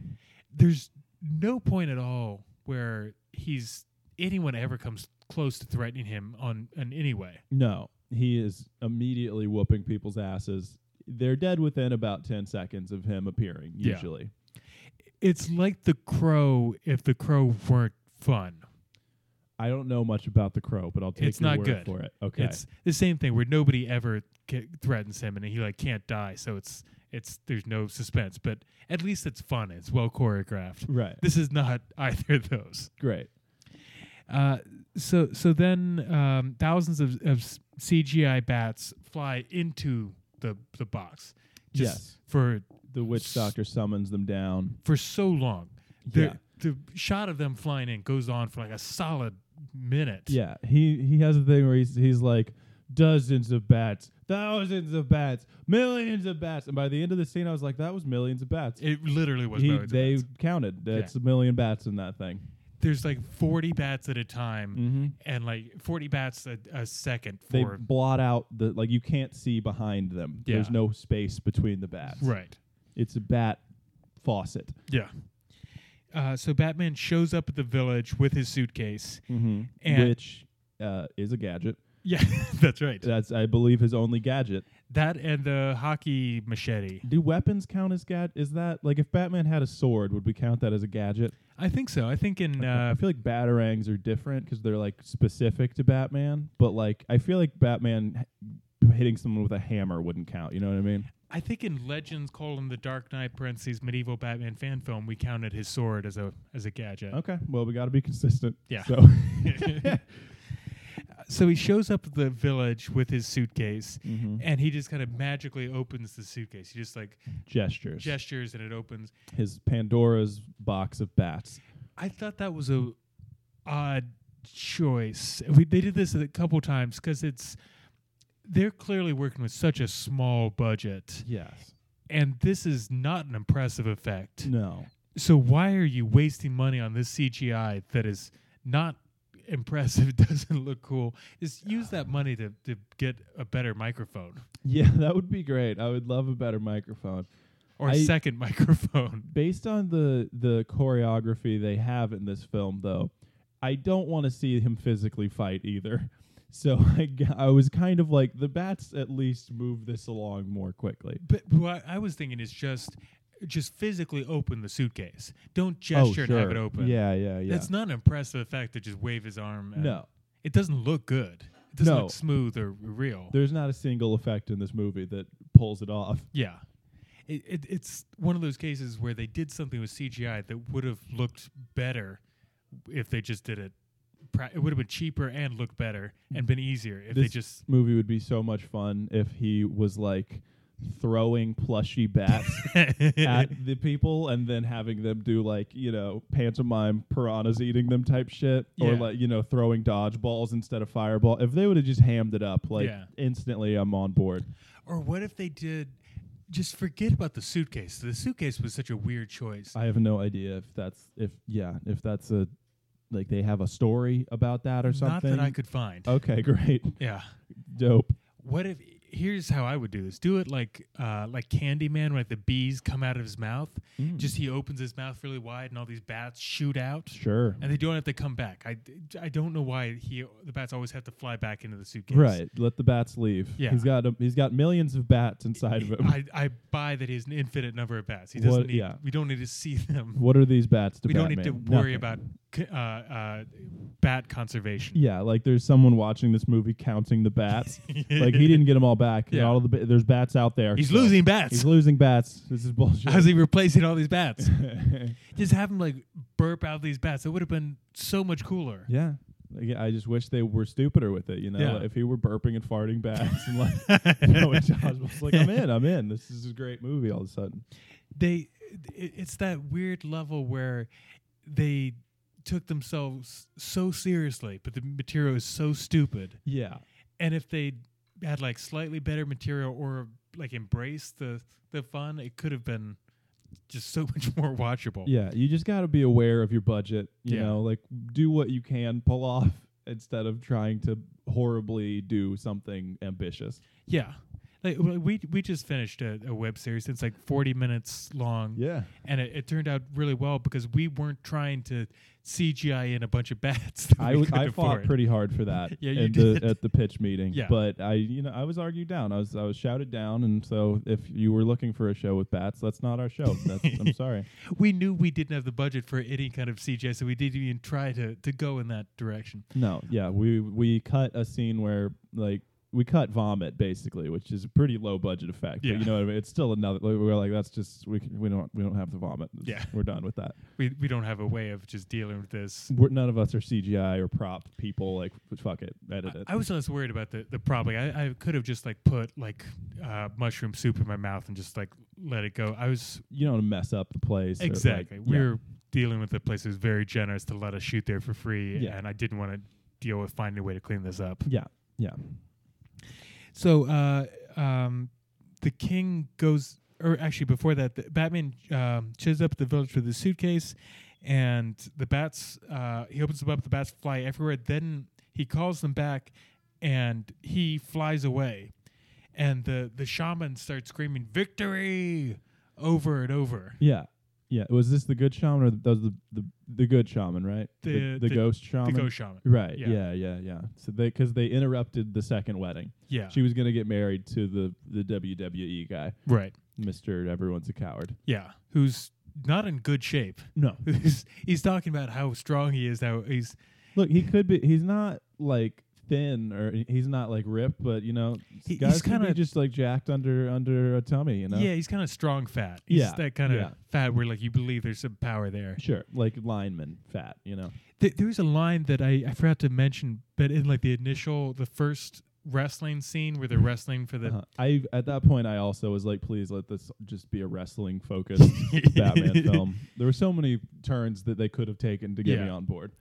There's no point at all where he's anyone ever comes close to threatening him on in any way. No, he is immediately whooping people's asses. They're dead within about 10 seconds of him appearing, Yeah. usually. It's like the crow if the crow weren't fun. I don't know much about the crow, but I'll take It's your not word good. for it. Okay. It's the same thing where nobody ever ca- threatens him and he like can't die, so it's it's there's no suspense, but at least it's fun. It's well choreographed. right. This is not (laughs) either of those. Great. Uh, so so then um, thousands of, of s- CGI bats fly into the the box just Yes. for The witch doctor summons them down. for so long. The Yeah. the shot of them flying in goes on for like a solid minute. Yeah. He he has a thing where he's, he's like, dozens of bats, thousands of bats, millions of bats. And by the end of the scene, I was like, that was millions of bats. It literally was He- millions of they bats. counted. That's a million bats in that thing. There's like 40 bats at a time and like 40 bats a, a second Mm-hmm. They for blot out the, like, you can't see behind them. There's Yeah. no space between the bats. right. It's a bat faucet. Yeah. Uh, so Batman shows up at the village with his suitcase. And Mm-hmm. which uh, is a gadget. (laughs) yeah, that's right. That's, I believe, his only gadget. That and the hockey machete. Do weapons count as gad? Is that like if Batman had a sword, would we count that as a gadget? I think so. I think in uh, I feel like batarangs are different because they're like specific to Batman. But like, I feel like Batman h- hitting someone with a hammer wouldn't count. You know what I mean? I think in Legends: colon, the Dark Knight (parentheses medieval Batman fan film) we counted his sword as a as a gadget. Okay. Well, we got to be consistent. Yeah. (laughs) So So he shows up at the village with his suitcase, Mhm. and he just kind of magically opens the suitcase. He just like gestures. gestures and it opens. His Pandora's box of bats. I thought that was a odd choice. We, they did this a couple times because it's they're clearly working with such a small budget, Yes. and this is not an impressive effect. No. So why are you wasting money on this CGI that is not impressive? (laughs) Doesn't look cool. Just use that money to to get a better microphone Yeah, (laughs) that would be great. I would love a better microphone. or a I- second (laughs) microphone. Based on the the choreography they have in this film, though, I don't want to see him physically fight either. (laughs) So I, g- I was kind of like the bats at least move this along more quickly. But what I was thinking is just just physically open the suitcase. Don't gesture and have it open. Oh, Yeah, yeah, yeah. It's Oh, not an impressive effect to just wave his arm. at- no, It doesn't look good. It doesn't No. look smooth or real. there's not a single effect in this movie that pulls it off. yeah. It, it, it's one of those cases where they did something with CGI that would have looked better if they just did it. Pra- it would have been cheaper and looked better and been easier if they This- (laughs) just. Movie would be so much fun if he was like throwing plushy bats (laughs) at (laughs) the people and then having them do like you know pantomime piranhas eating them type shit or Yeah. like you know throwing dodgeballs instead of fireball if they would have just hammed it up like Yeah. instantly i'm on board or what if they did. Just forget about the suitcase. The suitcase was such a weird choice. i have no idea if that's if yeah if that's a like they have a story about that or Not something that I could find. okay great (laughs) Yeah. dope What if here's how I would do this? Do it like uh like Candyman, where like the bees come out of his mouth. Mm. Just he opens his mouth really wide, and all these bats shoot out, sure and they don't have to come back. I I don't know why he the bats always have to fly back into the suitcase. right let the bats leave Yeah. he's got a, he's got millions of bats inside of him I, I buy that he has an infinite number of bats. He doesn't What- need. yeah. We don't need to see (laughs) them. what are these bats to we don't need to Batman? Nothing. worry about c- uh, uh, bat conservation. Yeah, like there's someone watching this movie counting the (laughs) bats. like he didn't get them all back. and Yeah. all of the ba- there's bats out there. He's so- losing bats. He's losing bats. This is bullshit. (laughs) How's he replacing all these bats? (laughs) Just have him like burp out these bats. It would have been so much cooler. (laughs) (laughs) yeah. (laughs) Like, I just wish they were stupider with it. You know, Yeah. Like, if he were burping and farting bats and (laughs) like, (laughs) you know, and Josh was like, I'm in, I'm in. This is a great movie. All of a sudden, they it, it's that weird level where they took themselves so seriously but the material is so stupid yeah, and if they had like slightly better material or like embraced the the fun it could have been just so (laughs) much more watchable yeah. You just got to be aware of your budget. You Yeah. know, like do what you can pull off instead of trying to horribly do something ambitious. yeah like w- we we just finished a, a web series it's like 40 minutes long Yeah. and it, it turned out really well because we weren't trying to cgi in a bunch of bats (laughs) that I we was couldn't I fought afford. pretty hard for that. (laughs) Yeah, you at did. The, at the pitch meeting. Yeah. but I you know I was argued down. I was I was shouted down, and so if you were looking for a show with bats, that's not our show. That's, (laughs) I'm sorry. we knew we didn't have the budget for any kind of CGI, so we didn't even try to, to go in that direction. No, yeah, we we cut a scene where like we cut vomit basically, which is a pretty low budget effect. Yeah. But you know what I mean? It's still another. Like, we're like that's just we c- we don't we don't have the vomit. Yeah. we're done with that. We we don't have a way of just dealing with this. We're, none of us are CGI or prop people. Like fuck it, edit I, it. I was less worried about the the problem. I, I could have just like put like uh, mushroom soup in my mouth and just like let it go. I was you don't wanna mess up the place. or, like, exactly. we yeah. were dealing with a place that was very generous to let us shoot there for free, Yeah. and I didn't want to deal with finding a way to clean this up. yeah yeah So, uh, um, the king goes, or actually before that, the Batman um, chises up the village with his suitcase, and the bats. Uh, he opens them up. The bats fly everywhere. Then he calls them back, and he flies away. And the the shaman starts screaming victory over and over. Yeah. Yeah. Was this the good shaman or the the the, the good shaman, right? The- the- ghost shaman. The ghost shaman. Right. Yeah. Yeah. yeah. Yeah. So they because they interrupted the second wedding. Yeah. She was gonna get married to the the WWE guy, right. Mister Everyone's a coward. Yeah. Who's not in good shape. (laughs) No. Who's he's talking about how strong he is. How he's Look, he could be. He's not like thin or he's not like ripped, but you know, He- guys he's can be kinda- just like jacked under under a tummy, you know. Yeah, he's kind of strong fat. He's Yeah, that kind of yeah. fat where like you believe there's some power there. Sure, like lineman fat, you know. Th- there was a line that I, I forgot to mention, but in like the initial, the first wrestling scene where they're wrestling for the Uh-huh. I at that point I also was like, please let this just be a wrestling (laughs) focused Batman film. There were so many turns that they could have taken to get me Yeah. on board.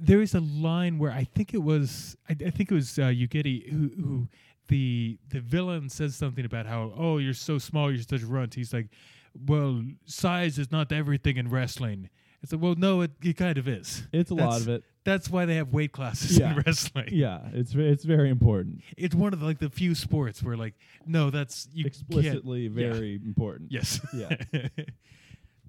there is a line where I think it was I, I think it was uh, Yugetti who who the the villain says something about how oh you're so small you're such a runt. He's like, well, size is not everything in wrestling. It's like well no it, it kind of is. It's a lot That's- (laughs) of it. That's why they have weight classes Yeah. in wrestling. Yeah, it's ve- it's very important. It's one of the, like the few sports where like no that's you can't- Explicitly yeah. very important. Yes. (laughs) Yeah.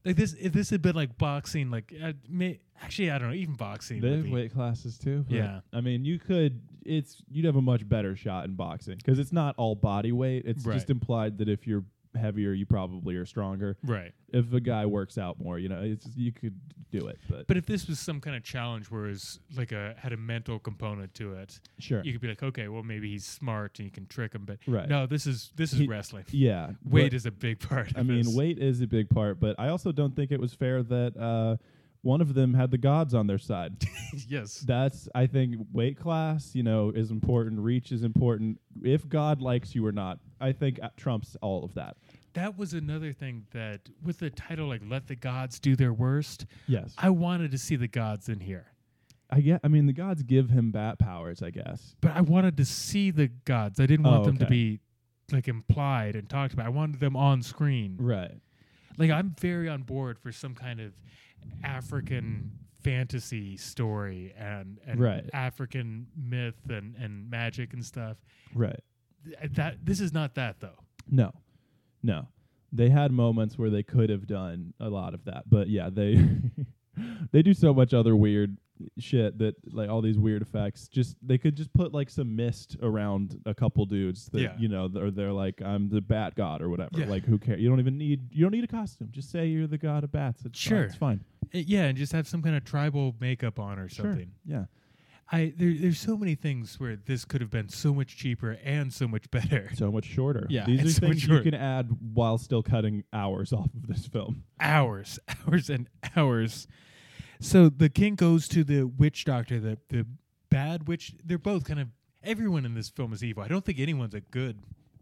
like this, if this had been like boxing, like uh, may, actually, I don't know, even boxing. They would have be- weight classes too. but, Yeah. I mean, you could. It's you'd have a much better shot in boxing because it's not all body weight. It's Right. just implied that if you're heavier, you probably are stronger. Right. If a guy works out more, you know, it's you could do it. But, But if this was some kind of challenge, where it's like a had a mental component to it, sure, you could be like, okay, well maybe he's smart and you can trick him. But Right. no, this is this is He- wrestling. yeah, Weight but- is a big part. I of mean, this. weight is a big part, but I also don't think it was fair that uh, one of them had the gods on their side. (laughs) (laughs) yes. That's I think weight class, you know, is important. Reach is important. If God likes you or not, I think uh, trumps all of that. That was another thing that with the title like "Let the Gods Do Their Worst," Yes, I wanted to see the gods in here. I get. I mean, the gods give him bat powers, I guess. but I wanted to see the gods. I didn't want Oh, them to okay. be like implied and talked about. I wanted them on screen. Right. Like I'm very on board for some kind of African fantasy story and, and Right. African myth and, and magic and stuff. Right. Th- That this is not that though. No. No. They had moments where they could have done a lot of that, but yeah, they (laughs) they do so much other weird shit that like all these weird effects. Just they could just put like some mist around a couple dudes that Yeah. you know, th- or they're like, I'm the bat god or whatever. Yeah. Like, who cares? You don't even need you don't need a costume. Just say you're the god of bats. It's fine. Sure. it's fine. Uh, yeah, and just have some kind of tribal makeup on or something. Yeah. I there, there's so many things where this could have been so much cheaper and so much better. So much shorter. Yeah, These it's are so much things you shorter. can add while still cutting hours (laughs) off of this film. hours, (laughs) hours and hours. So the king goes to the witch doctor, the the bad witch. They're both kind of everyone in this film is evil. I don't think anyone's a good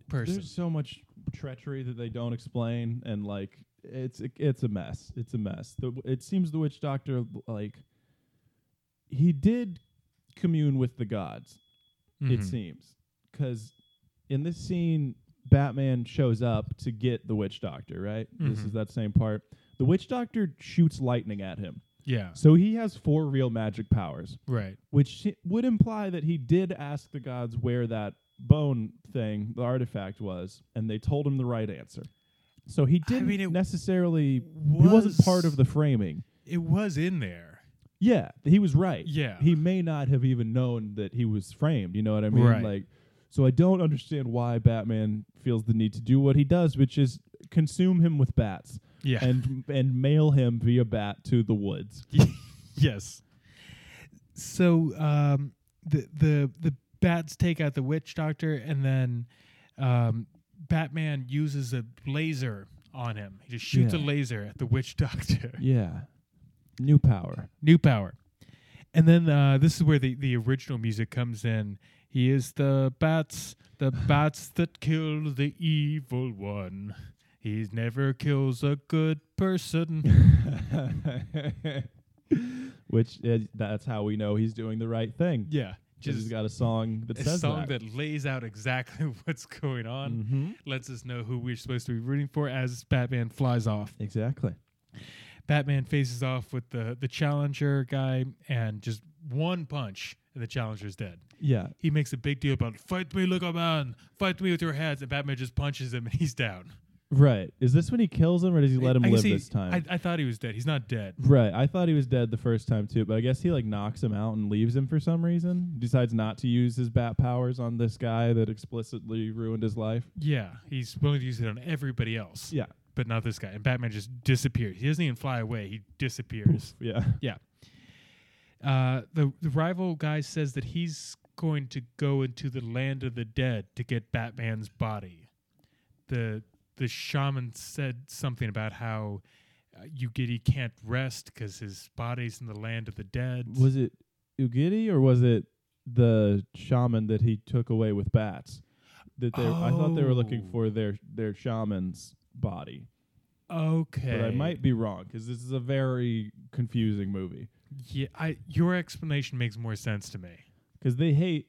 person. There's so much treachery that they don't explain, and like it's it's a mess. It's a mess. The, it seems the witch doctor like he did commune with the gods. It Mhm. seems because in this scene, Batman shows up to get the witch doctor. Right, this Mhm. is that same part. The witch doctor shoots lightning at him, yeah, so he has four real magic powers, right. which se- would imply that he did ask the gods where that bone thing, the artifact was, and they told him the right answer. So he didn't mean, it necessarily he was- wasn't part of the framing. It was in there. Yeah, he was right. Yeah. He may not have even known that he was framed, you know what I mean? Right. Like so I don't understand why Batman feels the need to do what he does, which is consume him with bats Yeah. and and mail him via bat to the woods. (laughs) yes. So um, the the the bats take out the witch doctor, and then um, Batman uses a laser on him. He just shoots a Yeah. laser at the witch (laughs) doctor. Yeah. New power. New Power. And then uh, this is where the, the original music comes in. He is the bats, (laughs) the bats that kill the evil one. He never kills a good (laughs) person. Which is, that's how we know he's doing the right thing. yeah, Just he's just got a song that a says song that. that. lays out exactly (laughs) what's going on, Mhm. lets us know who we're supposed to be rooting for as Batman flies off. Exactly. Batman faces off with the the Challenger guy, and just one punch, and the Challenger's dead. Yeah. he makes a big deal about fight me like a man, fight me with your hands, and Batman just punches him and he's down. Right. Is this when he kills him, or does he let him I guess live he- this time? I, I thought he was dead. He's not dead. right. I thought he was dead the first time too, but I guess he like knocks him out and leaves him for some reason. Decides not to use his bat powers on this guy that explicitly ruined his life. Yeah, he's willing to use it on everybody else, Yeah. but not this guy. And Batman just disappears. He doesn't even fly away. He disappears. Yeah. Yeah. Uh, the the rival guy says that he's going to go into the land of the dead to get Batman's body. The the shaman said something about how uh, you get he can't rest because his body's in the land of the dead. Was it Ugidi or was it the shaman that he took away with bats? That they, I thought they were looking Oh. for their their shaman's body, okay, but I might be wrong because this is a very confusing movie. Yeah, I your explanation makes more sense to me. Because they hate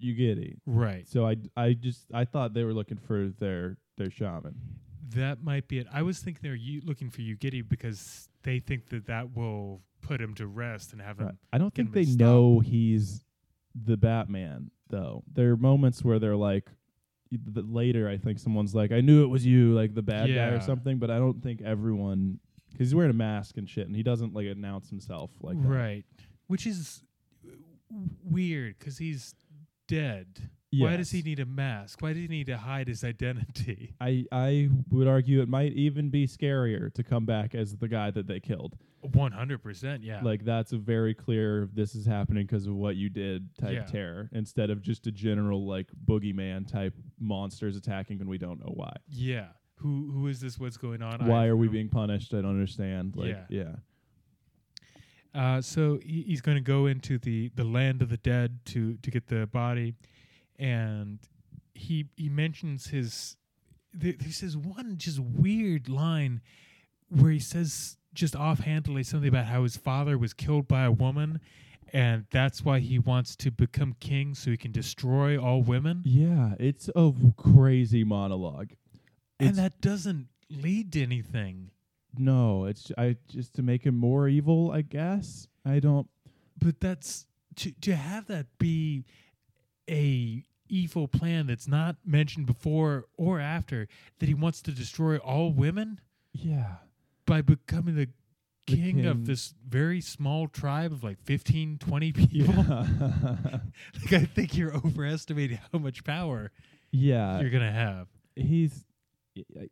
Ugidi, Right. so I I just I thought they were looking for their their shaman. That might be it. I was thinking they're u- looking for Ugidi because they think that that will put him to rest and have him. Right. Mm. I don't get think him they to know he's the Batman though. There are moments where they're like y- th- later I think someone's like I knew it was you like the bad guy Yeah. or something, but I don't think everyone cuz he's wearing a mask and shit and he doesn't like announce himself like that. right, which is w- weird because he's dead. Why does he Yes. need a mask? Why does he need to hide his identity? I I would argue it might even be scarier to come back as the guy that they killed. One hundred percent. Yeah. Like that's a very clear this is happening because of what you did type Yeah. terror instead of just a general like boogeyman type monsters attacking and we don't know why. yeah. Who who is this? What's going on? why I- are we being punished? I don't understand. Like, Yeah. yeah. Uh, so he, he's going to go into the, the land of the dead to, to get the body, and he he mentions his there, there's this one just weird line where he says just offhandedly something about how his father was killed by a woman, and that's why he wants to become king so he can destroy all women, Yeah, it's a w- crazy monologue. and It's- that doesn't lead to anything. No, it's I just to make him more evil, I guess. I don't But that's to to have that be a evil plan that's not mentioned before or after that he wants to destroy all women Yeah. by becoming the The king, of king. this very small tribe of like 15 20 (laughs) people Yeah. like i think you're overestimating how much power (laughs) yeah. you're gonna have He's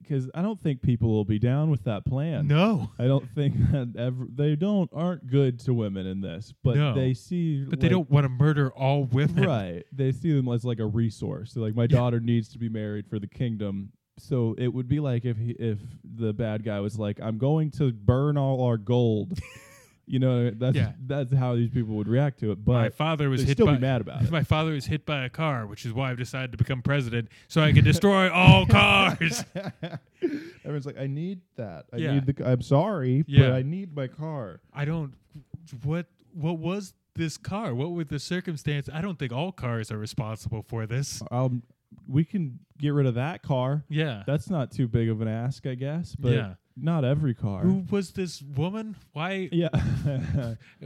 because I don't think people will be down with that plan. no I don't think that ever they don't aren't good to women in this, but No. they see but they like, don't want to murder all women right. They see them as like a resource. They're like, my Yeah. daughter needs to be married for the kingdom. So it would be like if he, if the bad guy was like, I'm going to burn all our (laughs) gold. you know, that's Yeah. that's how these people would react to it. my But father was they'd hit still by be mad about it. my father was hit by a car which is why i've decided to become president so i can destroy (laughs) all cars Everyone's like, I need that. I Yeah. need the. c- I'm sorry, Yeah. but I need my car. I don't. What what was this car? What were the circumstance? I don't think all cars are responsible for this. Um, we can get rid of that car. Yeah. That's not too big of an ask, I guess. But Yeah. not every car. Who was this woman? Why? Yeah. (laughs)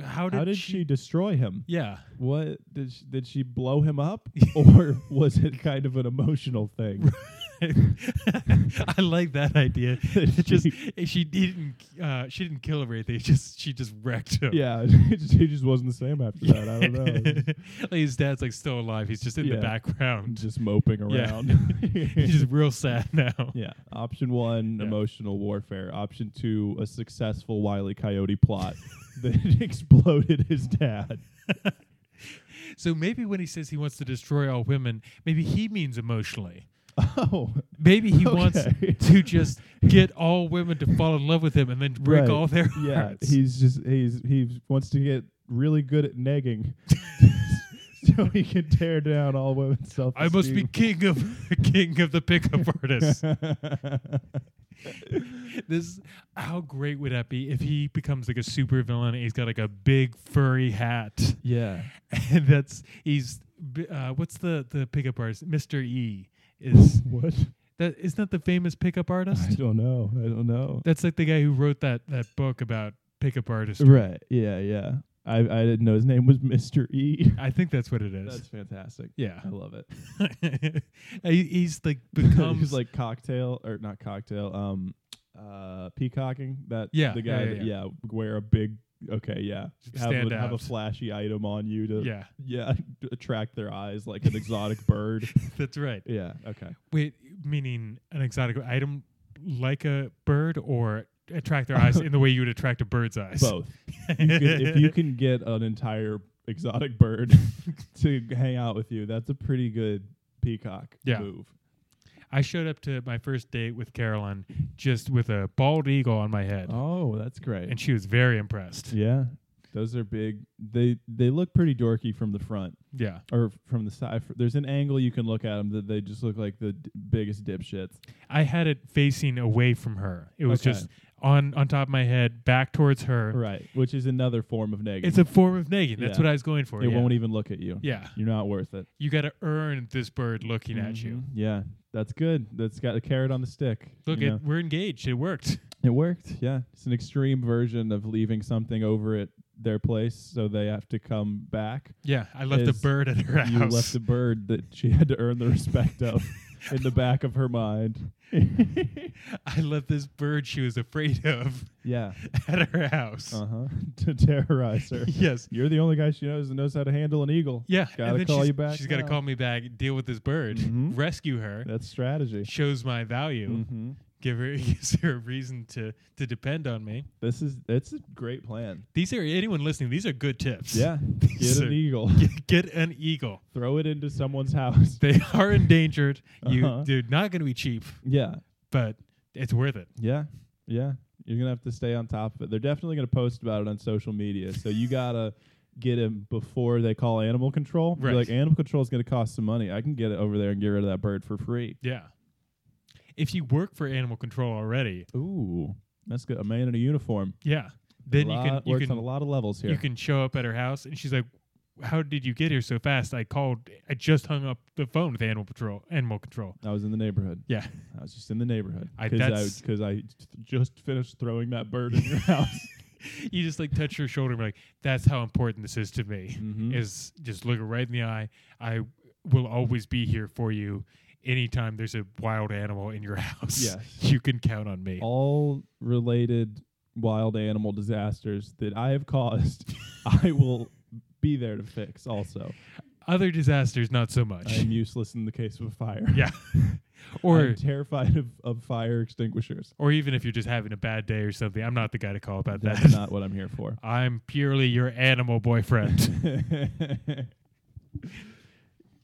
How did, How did she, destroy him? (laughs) Yeah. What did she, did she blow him up, (laughs) or was it kind of an emotional thing? I like that (laughs) idea. It just she didn't uh, she didn't kill him or anything. Just she just wrecked (laughs) him. yeah, (laughs) he just wasn't the same after that. I (laughs) don't know. like his dad's like still alive. He's just in the Yeah. background. Just moping Yeah. around. (laughs) He's real sad now. (laughs) yeah. Option one, Yeah. emotional warfare. Option two, a successful Wile E. Coyote plot (laughs) that exploded his (laughs) dad. So maybe when he says he wants to destroy all women, maybe he means emotionally. Oh, Maybe he wants Okay. to just get all women to fall in love with him and then break Right. all their (laughs) yeah. hearts. He's just he's he wants to get really good at (laughs) negging. (laughs) So he can tear down all women's self. I must be king of (laughs) (laughs) king of the pickup artists. this how great would that be if he becomes like a super villain and he's got like a big furry hat (laughs) yeah. and that's he's b- uh, what's the the pickup artist Mr. E is (laughs) What? that isn't that the famous pickup I artist? don't know. I don't know. That's like the guy who wrote that that book about pickup artists. Right. Yeah. Yeah. I, I didn't know his name was Mr. E. I think that's what it is. That's fantastic. Yeah. I love it. (laughs) he, he's like (laughs) becomes He's like cocktail or not cocktail. Um, uh, peacocking. That Yeah, The guy yeah, yeah, that yeah. wear a big. Okay. Yeah. Have, Stand a- have a out. flashy item on you to yeah, yeah (laughs) to attract their eyes like an exotic bird. (laughs) that's right. Yeah. Okay. Wait, meaning an exotic item like a bird, or attract their eyes in the way you would attract a bird's eyes. (laughs) Both. You can- if you can get an entire exotic bird to hang out with you. That's a pretty good peacock Yeah. move. I showed up to my first date with Caroline just with a bald eagle on my head, Oh, that's great. and she was very impressed. yeah. Those are big. They they look pretty dorky from the front Yeah. or from the side. There's an angle you can look at them that they just look like the d- biggest dipshits. I had it facing away from her. It was Okay. just on on top of my head, back towards her. Right, which is another form of negative. It's a form of nagging. That's Yeah. what I was going for. it yeah. won't even look at you. Yeah. You're not worth it. You got to earn this bird looking at you. Mhm. Yeah, that's good. That's got a carrot on the stick. Look, you know? it, we're engaged. (laughs) It worked. It worked. Yeah, it's an extreme version of leaving something over at their place, so they have to come back. Yeah. I left a Is- bird at her house. You left a bird that she had to earn the respect (laughs) of in the back of her mind. I left this bird she was afraid of (laughs) yeah. at her house. Uh huh. (laughs) to terrorize her. (laughs) Yes. You're the only guy she knows that knows how to handle an eagle. Yeah. Gotta and then call she's, you back She's got to now. call me back, deal with this bird, Mhm. rescue her, That's strategy. shows my value, Mm-hmm. give her (laughs) gives her a reason to to depend on me. This is it's a great (laughs) plan. These are anyone listening. These are good tips. Yeah. Get So- an eagle. (laughs) Get, get an eagle. Throw it into someone's (laughs) house. They are endangered. You Uh-huh. they're not going to be cheap, yeah. but it's worth it. Yeah, yeah. You're gonna have to stay on top of it. They're definitely gonna post about it on social media, so you gotta get them before they call animal control. Be Right. Like animal control is gonna cost some money. I can get it over there and get rid of that bird for free. Yeah. If you work for animal control already, Ooh, that's good. A man in a uniform. yeah, then a you can lot- you works on a can lot of levels here. you can show up at her house and she's like, "How did you get here so fast? I called. I just hung up the phone with animal patrol. Animal control. I was in the neighborhood. Yeah, I was just in the neighborhood I- that's- because I, 'cause I t- just finished throwing that bird (laughs) in your house. (laughs) you just like touch her shoulder and be like, "That's how important this is to me." Mhm. Is just look her right in the eye. I will always be here for you. Anytime there's a wild animal in your (laughs) house, Yes. you can count on me. all related wild animal disasters that I have caused, (laughs) I will be there to fix also. Other disasters, not so much. I am useless in the case of a fire. yeah, (laughs) or I'm terrified of, of fire extinguishers. or even if you're just having a bad day or something, I'm not the guy to call about that. That's not what I'm here for. (laughs) I'm purely your (laughs) animal boyfriend. and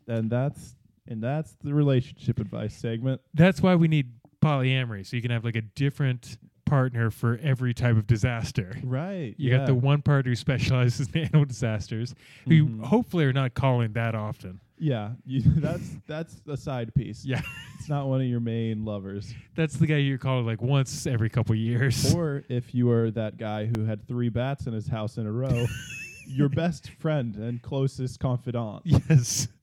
that's and that's the relationship advice segment. That's why we need polyamory, so you can have like a different partner for every type of disaster. Right. You got the one partner who specializes (laughs) in animal disasters, who Mhm. hopefully are not calling that often. Yeah. You, (laughs) that's that's a side piece. Yeah, It's not one of your main lovers. (laughs) that's the guy you're calling like once every couple years. or if you were that guy who had three bats in his house in a (laughs) row, uh, your best friend and closest confidant. (laughs) yes. (laughs)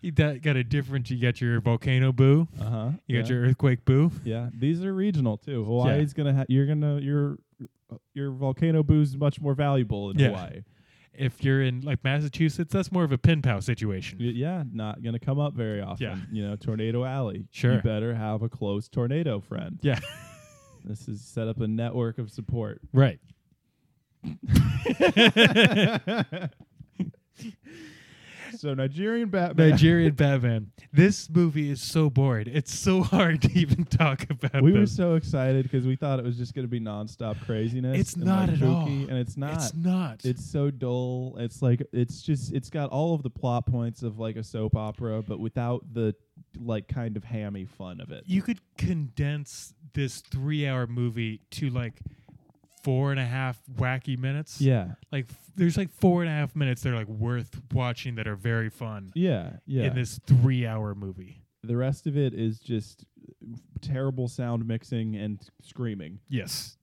you got got a different. You got your volcano boo. Uh huh. You yeah. got your earthquake boo. Yeah, these are regional too. Hawaii's gonna ha- you're gonna your your volcano booze is much more valuable in Yeah. Hawaii. If you're in like Massachusetts, that's more of a pen pal situation. Y- yeah, not gonna come up very often. Yeah. You know, tornado alley. Sure. You better have a close tornado friend. Yeah, (laughs) This is set up a network of (laughs) support. (laughs) right. So Nigerian Batman. (laughs) Nigerian Batman. This movie is so boring. It's so (laughs) hard to even talk about. we were this. so excited because we thought it was just going to be nonstop craziness. It's and, not like, at all. kooky, and it's not. It's not. It's so dull. It's like it's just it's got all of the plot points of like a soap opera, but without the like kind of hammy fun of it. you could condense this three-hour movie to like four and a half wacky minutes. Yeah, Like f- there's like four and a half minutes that are like worth watching that are very fun yeah, yeah. in this three-hour movie. the rest of it is just terrible sound mixing and screaming. Yes.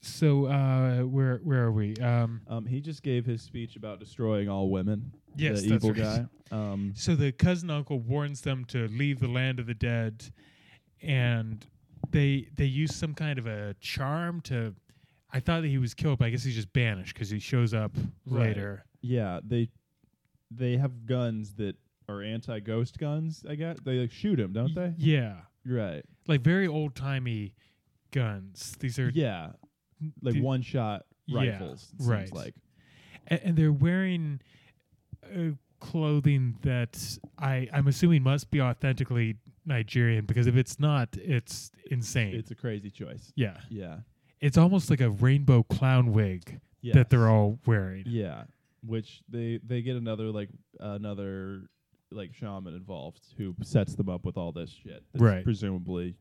So uh, where where are we? Um, Um, he just gave his speech about destroying all women. Yes, the that's evil right. guy. Um, So the cousin uncle warns them to leave the land of the dead, and they they use some kind of a charm to. I thought that he was killed, but I guess he's just banished because he shows up Right. later. Yeah, they they have guns that are anti ghost guns. I guess they like shoot him, don't they? Y- Yeah, Right. like very old timey guns. These are, Yeah, like Do- one shot Yeah, rifles. it seems right. Like a- and, they're wearing uh, clothing that I I'm assuming must be authentically Nigerian because if it's not, it's insane. it's a crazy choice. yeah, Yeah. it's almost like a rainbow clown wig that they're all wearing. Yeah, which they they get another like another like shaman involved who sets them up with all this shit. that's Right. presumably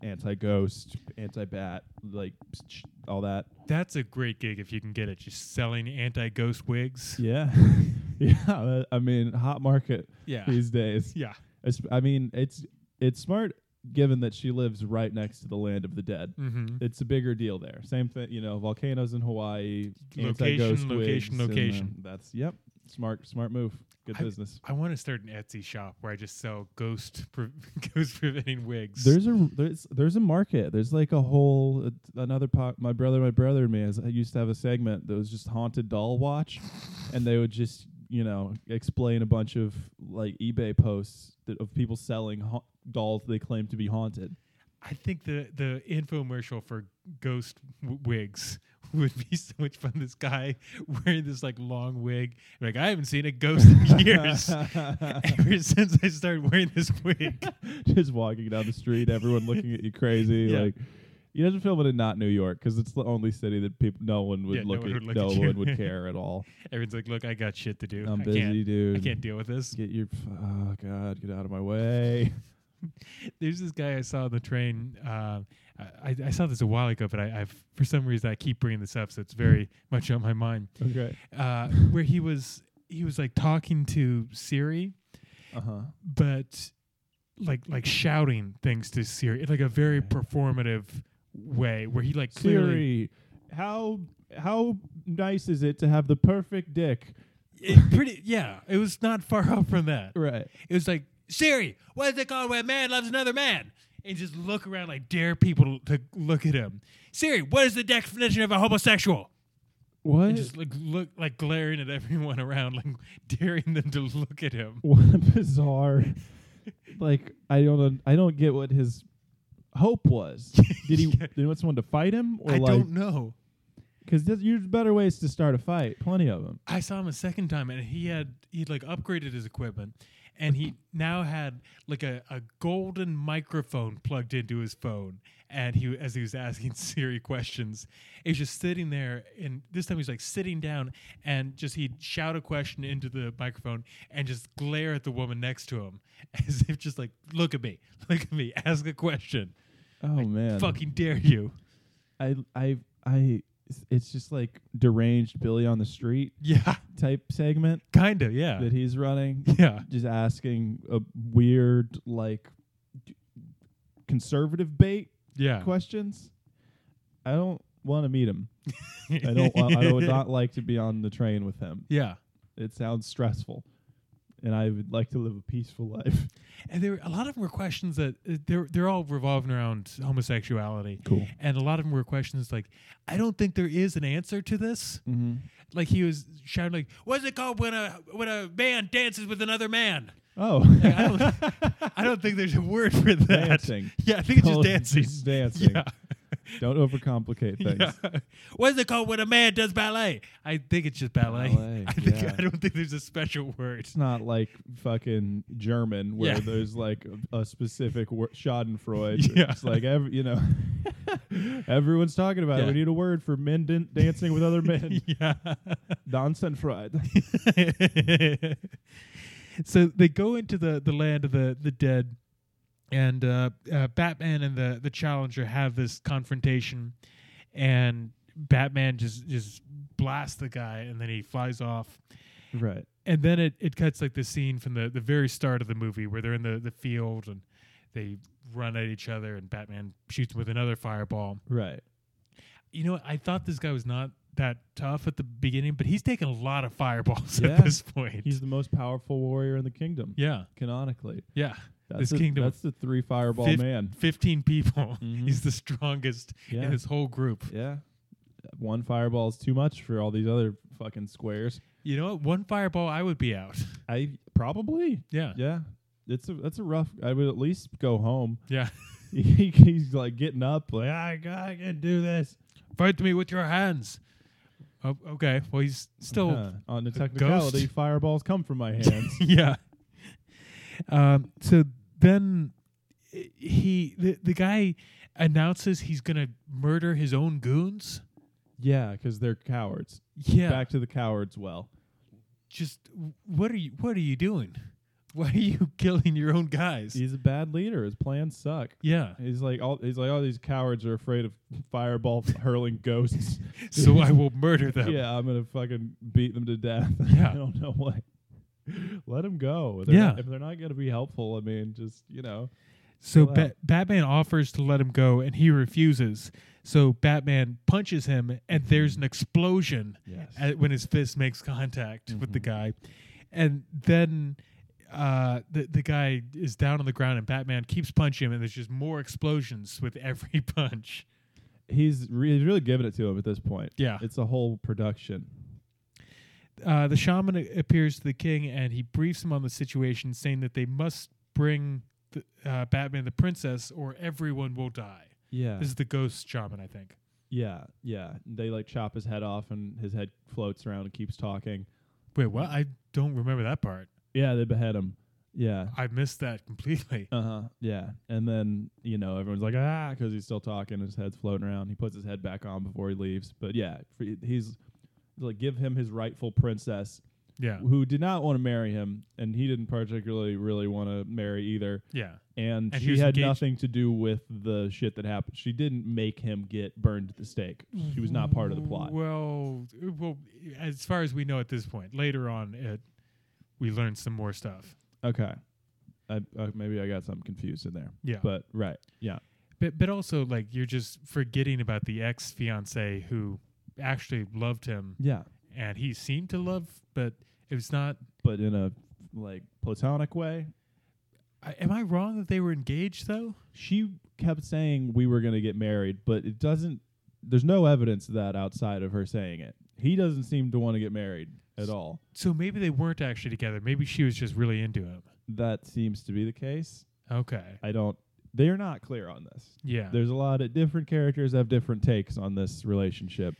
anti ghost, anti bat, like sh- all that. That's a great gig if you can get it. Just selling anti ghost wigs. Yeah, (laughs) yeah. I mean, hot market Yeah. these days. Yeah. It's- I mean, it's it's smart given that she lives right next to the land of the dead. Mm-hmm. It's a bigger deal there. Same thing, you know, volcanoes in Hawaii, Location, anti-ghost location, wigs, and, uh, location. that's yep. Smart, smart move. Good I- business. I want to start an Etsy shop where I just sell ghost pre- (laughs) ghost preventing wigs. There's a there's there's a market. There's like a whole uh, another po- my brother my brother and me is, I used to have a segment that was just haunted doll watch, and they would just you know explain a bunch of like eBay posts that, of people selling ha- dolls they claim to be haunted. I think the the infomercial for ghost w- wigs (laughs) would be so much fun. This guy (laughs) wearing this like long wig, like I haven't seen a ghost (laughs) in (laughs) years. Ever since I started wearing this wig, (laughs) just walking down the street, everyone looking at you crazy. (laughs) Yeah. Like you have to film it in not New York because it's the only city that people no one would Yeah, no look one at. would look no at you. one (laughs) would care at all. everyone's like, "Look, I got shit to do. I'm I busy, can't, dude. I can't deal with this." Get your oh god, get out of my (laughs) way. There's this guy I saw on the train. Uh, I, I saw this a while ago, but I, I've for some reason I keep bringing this up, so it's very much on my mind. okay. Uh, where he was, he was like talking to Siri, Uh huh. but like like shouting things to Siri in like a very performative way where he like clearly Cleary, how how nice is it to have the perfect dick? it pretty yeah it was not far (laughs) off from that Right. it was like Siri what is it called when a man loves another man and just look around like dare people to look at him Siri what is the definition of a homosexual What? and just like look like glaring at everyone around like (laughs) daring them to look at him what a bizarre. like I don't un- I don't get what his hope (laughs) was. Did he Yeah. did he want someone to fight him or I like don't know because there's better ways to start a fight. Plenty of them. I saw him a second time, and he had he'd like upgraded his equipment, and he now had like a, a golden microphone plugged into his phone. And he, as he was asking (laughs) Siri questions, he was just sitting there. And this time he was like sitting down, and just he'd shout a question into the microphone, and just glare at the woman next to him, (laughs) as if just like, look at me, look at me, ask a question, Oh man. fucking dare you. (laughs) I I I it's just like deranged Billy on the street Yeah, type segment kinda, yeah, that he's running. (laughs) yeah. just asking a weird like d- conservative bait Yeah. questions. I don't want to meet him. I don't. wa- I (laughs) would not like to be on the train with him. Yeah. It sounds stressful, and I would like to live a peaceful life. And there were a lot of them were questions that uh, they're they're all revolving around homosexuality. Cool. And a lot of them were questions like, I don't think there is an answer to this. Mm-hmm. Like he was shouting like, "What's it called when a when a man dances with another man?" (laughs) Oh, Like, (laughs) I don't (laughs) I don't think there's a word for that. Dancing. Yeah, I think it's Call just it dancing. just dancing. Yeah. don't overcomplicate things. (laughs) Yeah. What's it called when a man does ballet? I think it's just ballet. Ballet, (laughs) I think yeah. I don't think there's a special (laughs) word. It's not like fucking German where Yeah. there's like a, a specific wor- Schadenfreude. (laughs) Yeah. It's like every you know, (laughs) everyone's talking about it. Yeah. We need a word for men dan- dancing with (laughs) other men. yeah. Dansenfreude. (laughs) so they go into the, the land of the, the dead, and uh, uh, Batman and the, the Challenger have this confrontation, and Batman just just blasts the guy, and then he flies off. Right. And then it, it cuts like the scene from the, the very start of the movie where they're in the, the field and they run at each other, and Batman shoots him with another fireball. Right. You know, what? I thought this guy was not that tough at the beginning, but he's taking a lot of fireballs (laughs) Yeah. at this point. He's the most powerful warrior in the kingdom. yeah. Canonically. Yeah. That's this the- kingdom That's the three fireball Fif- man. 15 people. (laughs) Mhm. He's the strongest Yeah. in this whole group. Yeah. One fireball is too much for all these other fucking squares. You know what? One fireball, I would be out. (laughs) I probably. Yeah. Yeah. It's a that's a rough. I would at least go home. (laughs) Yeah. he, he's like getting up, like "Ah, I, ca- I can do this. Fight me with your hands. Oh, okay. Well, he's still. (laughs) Yeah, uh, on the technicality, ghost. (laughs) fireballs come from my hands. yeah. Um, so then i- he the, the guy announces he's gonna murder his own goons. Yeah, because they're cowards. Yeah, Back to the cowards. Well, just what are you what are you doing? Why are you (laughs) killing your own guys? he's a bad leader. His plans suck. Yeah. He's like all. He's like all these cowards are afraid of fireball hurling ghosts. So I will murder them. yeah, I'm gonna fucking beat them to death. (laughs) Yeah. I don't know why. Let them go. They're Yeah. not- if they're not gonna be helpful, I mean, just you know. So Wow. Ba- Batman offers to let him go and he refuses. So Batman punches him and there's an explosion Yes. at, when his fist makes contact with the guy. And then uh, the, the guy is down on the ground and Batman keeps punching him and there's just more explosions with (laughs) every punch. He's re- he's really giving it to him at this point. Yeah. It's a whole production. Uh, the shaman a- appears to the king and he briefs him on the situation, saying that they must bring the, uh, Batman the princess or everyone will die. Yeah. This is the ghost shaman, I think. Yeah, yeah. They like chop his head off, and his head floats around and keeps talking. Wait, what? I don't remember that part. Yeah, they behead him. Yeah. I missed that completely. (laughs) Uh huh. Yeah. And then you know everyone's like ah because he's still talking. His head's floating around. He puts his head back on before he leaves. But yeah, f- he's like give him his rightful princess, Yeah. who did not want to marry him, and he didn't particularly really want to marry either. Yeah. And, And he she was had engaged- nothing to do with the shit that happened. She didn't make him get burned at the stake. She was not part of the plot. Well, uh, well, as far as we know at this point, later on, it, we learned some more stuff. Okay. I, uh, maybe I got something confused in there. Yeah. But right. Yeah. But but also like you're just forgetting about the ex fiance who actually loved him Yeah. and he seemed to love, but it was not. But in a like platonic way, I, am I wrong that they were engaged though? she kept saying we were going to get married, but it doesn't there's no evidence of that outside of her saying it. He doesn't seem to want to get married at all. So maybe they weren't actually together. Maybe she was just really into him. That seems to be the case. Okay. I don't they're not clear on this. Yeah. There's a lot of different characters have different takes on this relationship.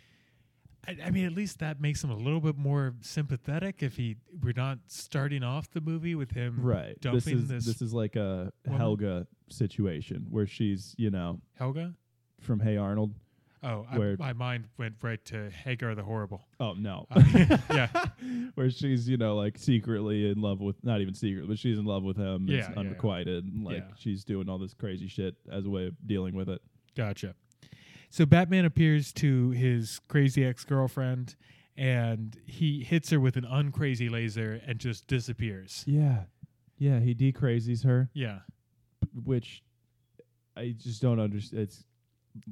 I, I mean, at least that makes him a little bit more sympathetic if he we're not starting off the movie with him Right. This dumping is this, this, is like a woman? Helga situation where she's, you know, Helga. from Hey Arnold. Oh, I, Where- my mind went right to Hagar the Horrible. (laughs) Oh no. Uh, yeah, Where she's, you know, like secretly in love with not even secret, but she's in love with him. Yeah, it's yeah, yeah. unrequited. And like Yeah. she's doing all this crazy shit as a way of dealing with it. gotcha. So Batman appears to his crazy ex girlfriend, and he hits her with an uncrazy laser and just disappears. Yeah. Yeah, he decrazies her, Yeah, which I just don't understand. It's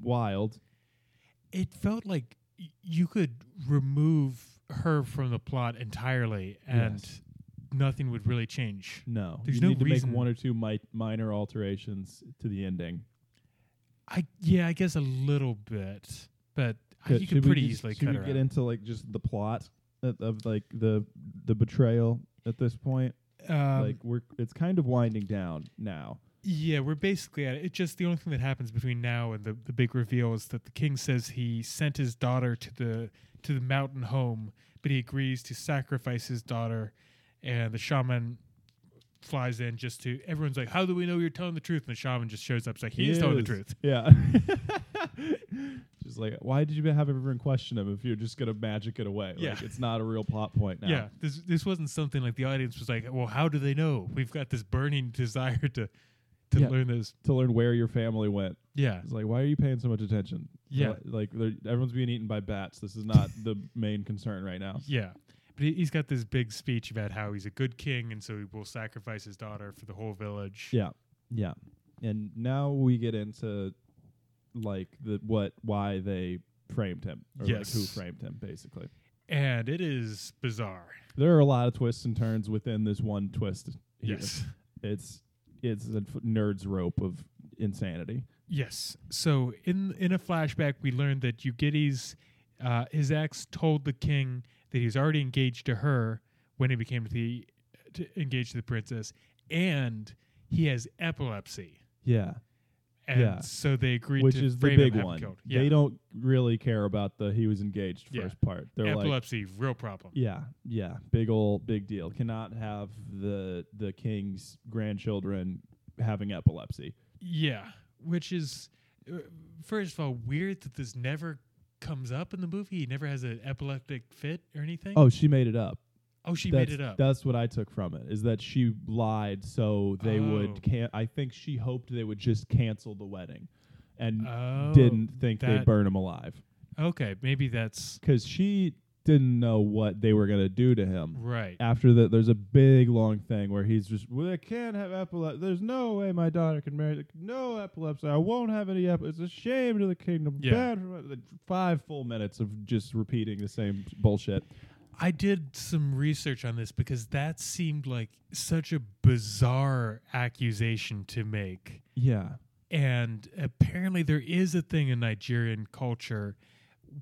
wild. it felt like y- you could remove her from the plot entirely, and Yes. nothing would really change. No. There's you no need to reason- make one or two mi- minor alterations to the ending. I yeah, I guess a little bit, but I- Could- you should could we pretty just- easily should cut we her get out. into like just the plot of, of like the the betrayal at this point? Um, like we're it's kind of winding down now. yeah, we're basically at it. It's just the only thing that happens between now and the, the big reveal is that the king says he sent his daughter to the to the mountain home, but he agrees to sacrifice his daughter, and the shaman flies in just to everyone's like, "How do we know you're telling the truth?" And the shaman just shows up, it's like, "He is telling the truth." Yeah. (laughs) just like why did you have everyone question him if you're just gonna magic it away? Yeah. Like it's not a real plot point now. Yeah, this this wasn't something like the audience was like, "Well, how do they know?" We've got this burning (laughs) desire to to Yeah. learn this. To learn where your family went. Yeah, It's like why are you paying so much attention? Yeah. Like they're- everyone's being eaten by bats. This is not the main concern right now. Yeah. But he- he's got this big speech about how he's a good king and so he will sacrifice his daughter for the whole village. Yeah, yeah. And now we get into like the what why they framed him or like who Yes. framed him basically. And it is bizarre. There are a lot of twists and turns within this one twist. here. Yes. it's it's a f- nerd's rope of insanity. Yes. So in in a flashback we learned that Eugides uh, his ex told the king that he's already engaged to her when he became the to engaged to the princess and he has epilepsy. Yeah, And Yeah. so they agreed which to is the frame him, big have him one. killed. Yeah. They don't really care about the he was engaged Yeah. first part. They're like. epilepsy real problem. Yeah, yeah, big old big deal. Cannot have the the king's grandchildren having epilepsy. Yeah, which is uh, first of all weird that this never comes up in the movie. He never has an epileptic fit or anything. Oh, she made it up. Oh, she that's, made it up. That's what I took from it is that she lied so they Oh. would can I think she hoped they would just cancel the wedding and Oh, didn't think that- they'd burn him alive Okay, maybe that's cuz she didn't know what they were going to do to him. right. After that there's a big long thing where he's just well, I can't have epilepsy. There's no way my daughter can marry like, no epilepsy. I won't have any epilepsy. It's a shame to the kingdom. Yeah. Bad for my-" like, 5 full minutes of just repeating the same bullshit. I did some research on this because that seemed like such a bizarre accusation to make. Yeah. And apparently, there is a thing in Nigerian culture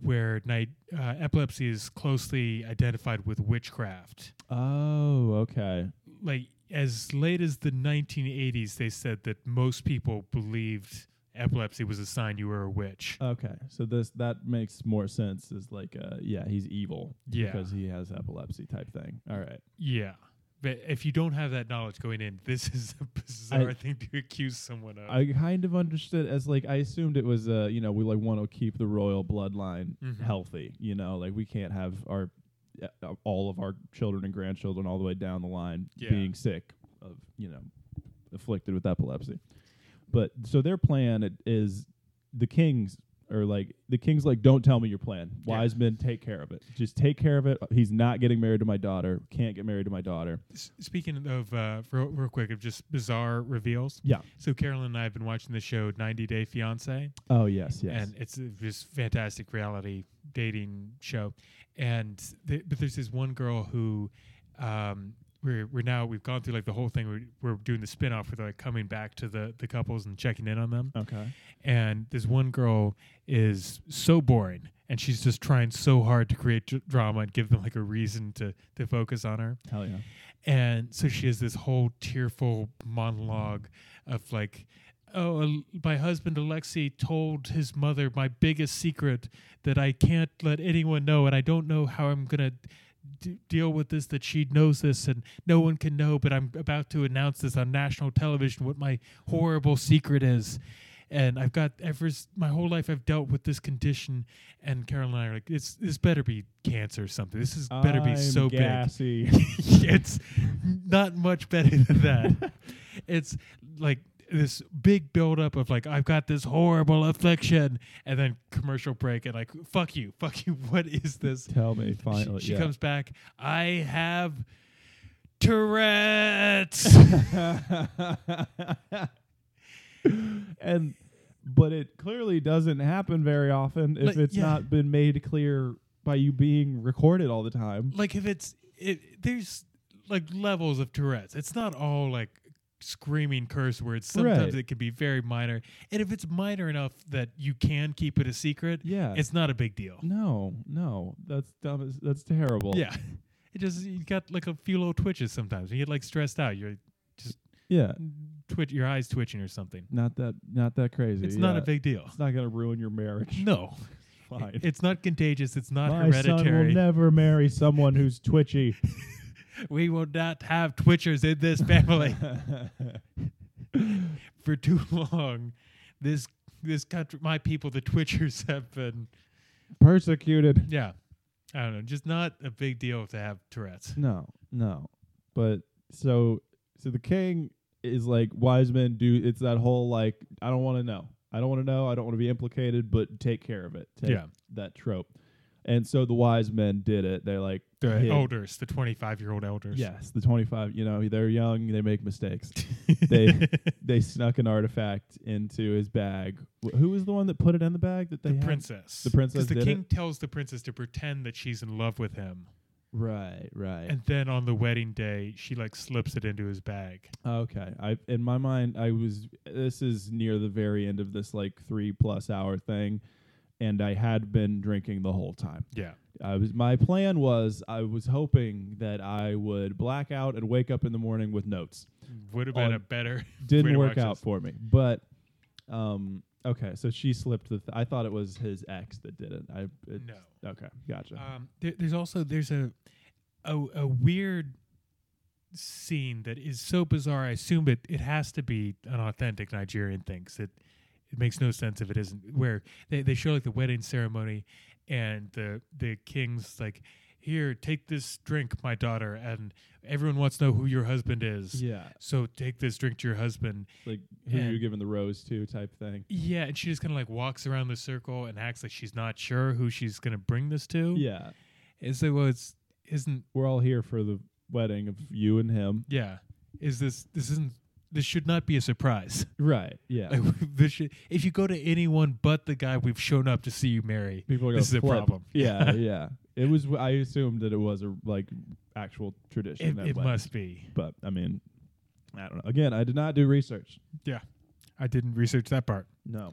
where ni- uh, epilepsy is closely identified with witchcraft. Oh, okay. Like, as late as the 1980s, they said that most people believed epilepsy was a sign you were a witch. Okay, so this that makes more sense. Is like, uh, yeah, he's evil Yeah. because he has epilepsy type thing. All right, Yeah. But if you don't have that knowledge going in, this is a bizarre I- thing to accuse someone of. I kind of understood as like I assumed it was, uh, you know, we like want to keep the royal bloodline Mhm. healthy. You know, like we can't have our uh, all of our children and grandchildren all the way down the line Yeah. being sick of you know afflicted with epilepsy. But so their plan it is the kings are like the king's like don't tell me your plan. Yeah. Wise men take care of it. Just take care of it. He's not getting married to my daughter. Can't get married to my daughter. S- Speaking of, uh, real, real quick, of just bizarre reveals. Yeah. So Carolyn and I have been watching the show 90 Day Fiance, Oh yes, yes. and it's a just fantastic reality dating show. And th- but there's this one girl who, um, we're we're now we've gone through like the whole thing. We're, we're doing the spin off where they're like coming back to the the couples and checking in on them. okay. And this one girl is so boring, and she's just trying so hard to create d- drama and give them like a reason to to focus on her. Hell yeah. And so she has this whole tearful monologue of like, oh, Al- my husband Alexei told his mother my biggest secret that I can't let anyone know, and I don't know how I'm gonna. d- Deal with this that she knows this and no one can know, but I'm about to announce this on national television what my horrible secret is. And I've got ever s- my whole life I've dealt with this condition. And Carolyn and I are like, it's this better be cancer or something. This is better be I'm so big. gassy. it's not much better (laughs) than (laughs) that. it's like this big buildup of like I've got this horrible affliction, and then commercial break and like fuck you, fuck you. (laughs) What is this? Tell me She- finally. she yeah. comes back. I have Tourette's. (laughs) and but it clearly doesn't happen very often if Like, it's yeah. not been made clear by you being recorded all the time. like if it's it, there's like levels of Tourette's. It's not all like screaming curse words. Right. Sometimes it can be very minor, and if it's minor enough that you can keep it a secret, Yeah. it's not a big deal. no, no, that's dumb. as- That's terrible. Yeah. It just you got like a few little twitches sometimes. You get like stressed out. You're just yeah. twitch your eyes twitching or something. Not that, not that crazy. It's not a yeah. big deal. It's not gonna ruin your marriage. No. (laughs) Fine. It's not contagious. It's not My son will hereditary. never marry someone who's twitchy. we will not have twitchers in (laughs) this family for too long. This this country my people, the twitchers have been Persecuted. yeah. I don't know. Just not a big deal to have Tourette's. No, no. But so so the king is like wise men do it's that whole like I don't want to know. I don't want to know. I don't want to be implicated, but take care of it. Take Yeah. that trope. And so the wise men did it. They're like The hid- elders, the twenty five year old elders. (laughs) Yes, the 25, you know, they're young, they make mistakes. they they snuck an artifact into his bag. Wh- Who was the one that put it in the bag that they the had? princess. The princess Because the did king tells the princess to pretend that she's in love with him, Right, right. and then on the wedding day, she like slips it into his bag. Okay. I in my mind I was this is near the very end of this like 3 plus hour thing and I had been drinking the whole time. Yeah, I was my plan was I was hoping that I would black out and wake up in the morning with notes. would have been On- a (laughs) better. way Didn't to work watch out this. for me. But um okay, so she slipped the th- I thought it was his ex that did it. I it, (laughs) No. Uh, Okay. Gotcha. Um, there, there's also there's a, a a weird scene that is so bizarre. I assume it, it has to be an authentic Nigerian thing. 'cause it it makes no sense if it isn't. Where they, they show like the wedding ceremony, and the the king's like, "Here, take this drink, my daughter," and everyone wants to know who your husband is. Yeah. So take this drink to your husband. Like who And- you giving the rose to type thing. Yeah, and she just kind of like walks around the circle and acts like she's not sure who she's gonna bring this to. Yeah. It's like, well, it's isn't We're all here for the wedding of you and him. yeah. Is this this isn't this should not be a surprise. (laughs) Right. Yeah. Like this should, if you go to anyone but the guy we've shown up to see you marry, People are gonna this is a flip. problem. (laughs) Yeah, yeah. It was. I assumed that it was a like actual tradition. it, that it way. must be. But I mean, I don't know. Again, I did not do research. Yeah, I didn't research that part. No,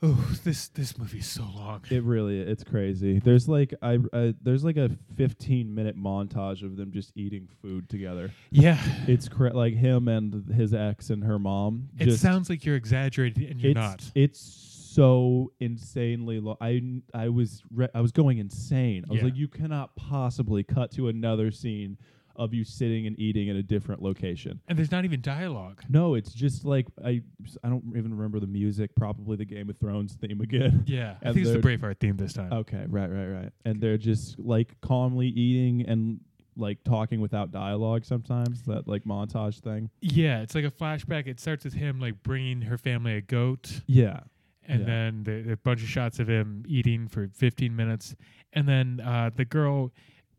Oh, this this movie is so long. it really. It's crazy. There's like I. I there's like a 15 minute montage of them just eating food together. yeah, It's cra- like him and his ex and her mom. it just, sounds like you're exaggerating, and you're it's, not. It's so insanely long. I n- I was re- I was going insane. I was Yeah. like, you cannot possibly cut to another scene of you sitting and eating in a different location. and there's not even dialogue. No, it's just like I I don't even remember the music. Probably the Game of Thrones theme again. Yeah, I And think it's the they're- Braveheart theme this (laughs) time. Okay, right, right, right. And they're just like calmly eating and like talking without dialogue sometimes. That like montage thing. Yeah, it's like a flashback. It starts with him like bringing her family a goat, Yeah. and Yeah. then the, a bunch of shots of him eating for 15 minutes, and then uh, the girl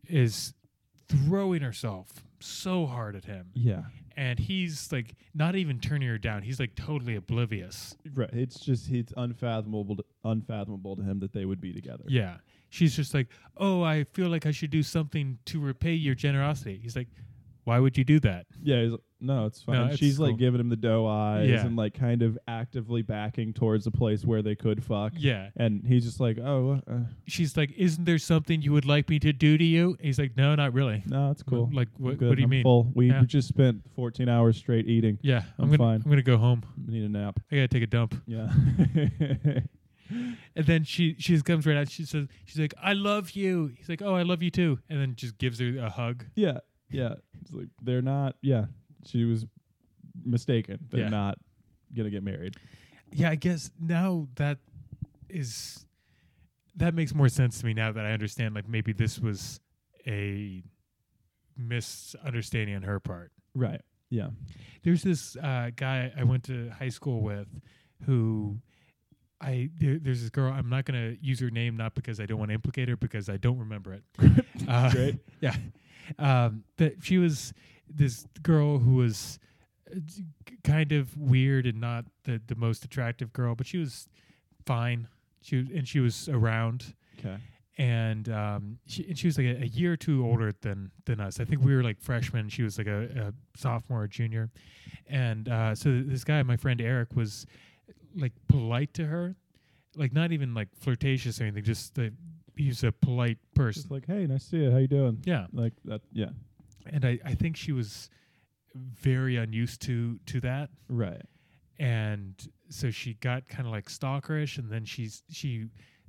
is throwing herself so hard at him, Yeah. and he's like not even turning her down. He's like totally oblivious. Right. It's just it's unfathomable to, unfathomable to him that they would be together. Yeah, she's just like, oh, I feel like I should do something to repay your generosity. He's like, why would you do that? Yeah, he's like, no, it's fine. No, it's She's cool. like giving him the doe eyes Yeah. and like kind of actively backing towards a place where they could fuck. Yeah, And he's just like, oh, uh, she's like, isn't there something you would like me to do to you? And he's like, no, not really. no, it's cool. Like, I'm what, good. what do you I'm mean? Full. We Yeah. just spent 14 hours straight eating. Yeah, I'm, I'm gonna fine. I'm gonna go home. I need a nap. I gotta take a dump. Yeah. (laughs) And then she she just comes right out. She says she's like, I love you. He's like, Oh, I love you too. And then just gives her a hug. yeah. Yeah. It's like they're not. Yeah. She was mistaken. They're Yeah. not gonna get married. Yeah, I guess now that is that makes more sense to me now that I understand. Like maybe this was a misunderstanding on her part. Right. Yeah. (laughs) There's this uh, guy I went to high school with who. I there, there's this girl. I'm not gonna use her name, not because I don't want to implicate her, because I don't remember it. Uh, Great. (laughs) Yeah. Um, that she was this girl who was uh, d- k- kind of weird and not the, the most attractive girl, but she was fine. She was, and she was around, Okay. and um, she and she was like a, a year or two older than than us. I think we were like freshmen. She was like a, a sophomore, or junior, and uh, so th- this guy, my friend Eric, was like polite to her, like not even like flirtatious or anything. Just the, he was a polite person. Just like, hey, nice to see you. How you doing? yeah. Like that. Yeah. and I, I think she was very unused to to that Right. and so she got kind of like stalkerish and then she's she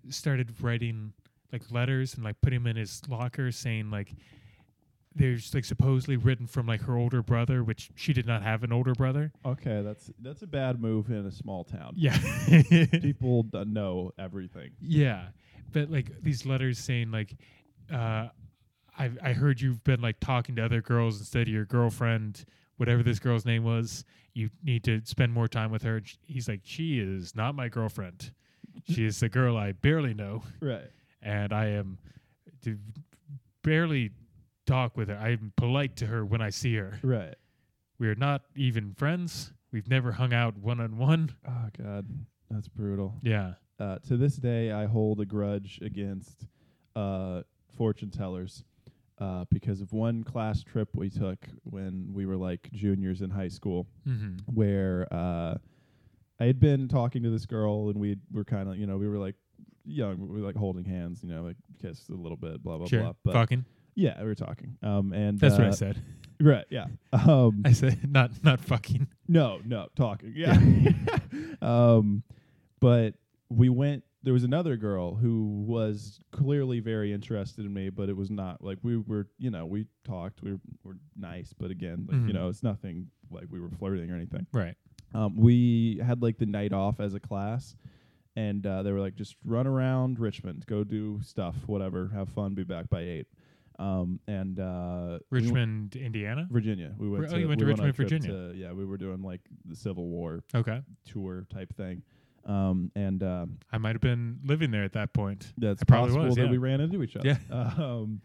started writing like letters and like putting him in his locker saying like there's like supposedly written from like her older brother which she did not have an older brother Okay, that's that's a bad move in a small town. (laughs) yeah People d- know everything. yeah but like these letters saying like uh i i heard you've been like talking to other girls instead of your girlfriend whatever this girl's name was you need to spend more time with her And sh- he's like she is not my girlfriend she is the girl i barely know Right. and i am to barely talk with her i'm polite to her when i see her Right. we're not even friends we've never hung out one on one Oh god, that's brutal. yeah Uh, to this day, I hold a grudge against uh, fortune tellers uh, because of one class trip we took when we were like juniors in high school, mm-hmm. where uh, I had been talking to this girl and we were kind of, you know, we were like young, we were like holding hands, you know, like kissed a little bit, blah blah sure blah. But fucking yeah, we were talking. Um, and that's what i uh, said Right. Yeah. Um, (laughs) I said not not fucking. (laughs) no, no, talking. Yeah. um, but we went there was another girl who was clearly very interested in me, but it was not like we were, you know, we talked, we were, were nice, but again, like, Mhm. you know, it's nothing like we were flirting or anything. Right. Um, we had like the night off as a class, and uh, they were like, just run around Richmond, go do stuff, whatever, have fun, be back by eight. Um, and uh, we went- Richmond, Indiana. Virginia. We went. Ri- oh, to, you went we to on a Richmond, trip to- Virginia. yeah, we were doing like the Civil War Okay. tour type thing, um, and uh, I might have been living there at that point. that's I probably possible was, that yeah. we ran into each other. Yeah. (laughs) Um,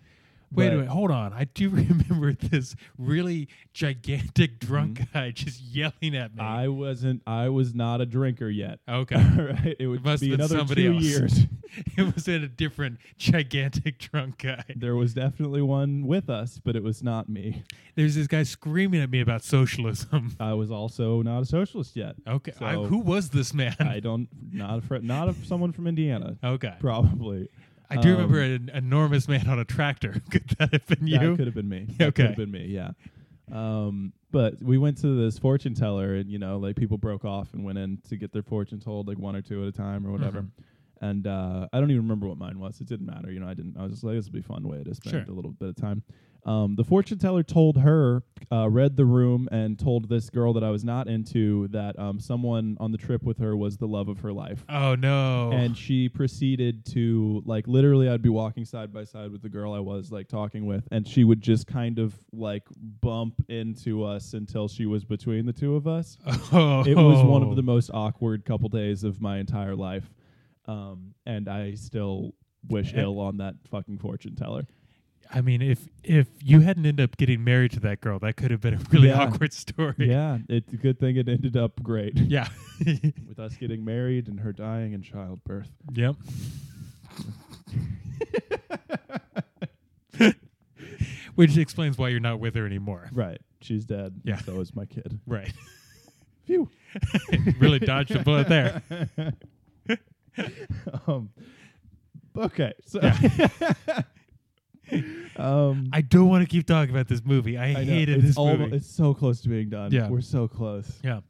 Wait a but- minute, hold on. I do (laughs) remember this really gigantic drunk guy just yelling at Mm-hmm. me. I wasn't. I was not a drinker yet. (laughs) okay. All (laughs) right, it would It must be have been another somebody two else. years. (laughs) it was in a different gigantic (laughs) drunk guy. there was definitely one with us, but it was not me. There's this guy screaming at me about socialism. (laughs) I was also not a socialist yet. Okay. I, So- who was this man? I don't. Not a fr- Not a, someone from Indiana. (laughs) okay. Probably. I um, do remember an enormous man on a tractor. (laughs) Could that have been (laughs) you? That could have been me. That could Okay. have been me. Yeah. Um, but we went to this fortune teller, and you know, like people broke off and went in to get their fortune told, like one or two at a time or whatever. Mm-hmm. And uh, I don't even remember what mine was. It didn't matter. You know, I didn't. I was just like, this will be a fun way to spend Sure. a little bit of time. Um, the fortune teller told her, uh, read the room, and told this girl that I was not into that um, someone on the trip with her was the love of her life oh no. and she proceeded to like literally i'd be walking side by side with the girl i was like talking with and she would just kind of like bump into us until she was between the two of us (laughs) oh. it was one of the most awkward couple days of my entire life um, and i still wish And- ill on that fucking fortune teller I mean, if if you hadn't ended up getting married to that girl, that could have been a really Yeah. awkward story. yeah it's a good thing it ended up great (laughs) Yeah. with us getting married and her dying in childbirth yep. (laughs) Which explains why you're not with her anymore. right she's dead and Yeah. so is my kid Right. (laughs) phew really dodged a bullet there. (laughs) um, okay, so (laughs) um, (laughs) I don't want to keep talking about this movie. I, I know, hated it's this almo- movie. It's so close to being done. Yeah. we're so close yeah.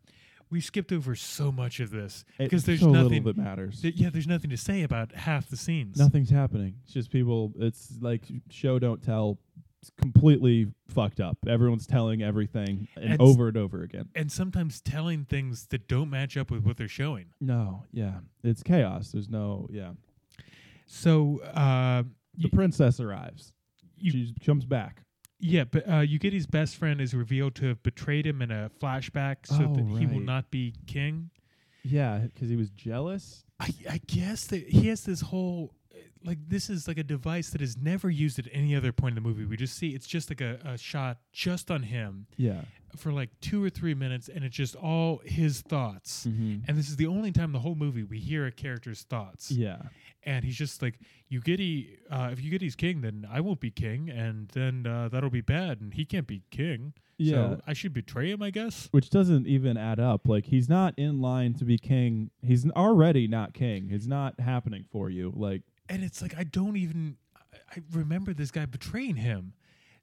We skipped over so much of this It- because there's so nothing. little that matters. th- yeah, there's nothing to say about half the scenes. Nothing's happening. It's just people. It's like show don't tell. It's completely fucked up. Everyone's telling everything and It's- over and over again. And sometimes telling things that don't match up with what they're showing. No, yeah, it's chaos. There's no, yeah. So, uh, The You- princess arrives. you- she comes back. yeah, but uh, Yugetti's best friend is revealed to have betrayed him in a flashback so Oh, that he will right. not be king. Yeah, because he was jealous. I, I guess that he has this whole uh, like this is like a device that is never used at any other point in the movie. We just see it's just like a, a shot just on him Yeah. for like two or three minutes, and it's just all his thoughts. Mm-hmm. And this is the only time the whole movie we hear a character's thoughts. Yeah. And he's just like, Yugetti, uh, if Yugetti's king, then I won't be king, and then uh, that'll be bad, and he can't be king. Yeah. So I should betray him, I guess. which doesn't even add up. Like he's not in line to be king. He's n- already not king. It's not happening for you. Like and it's like I don't even I I remember this guy betraying him.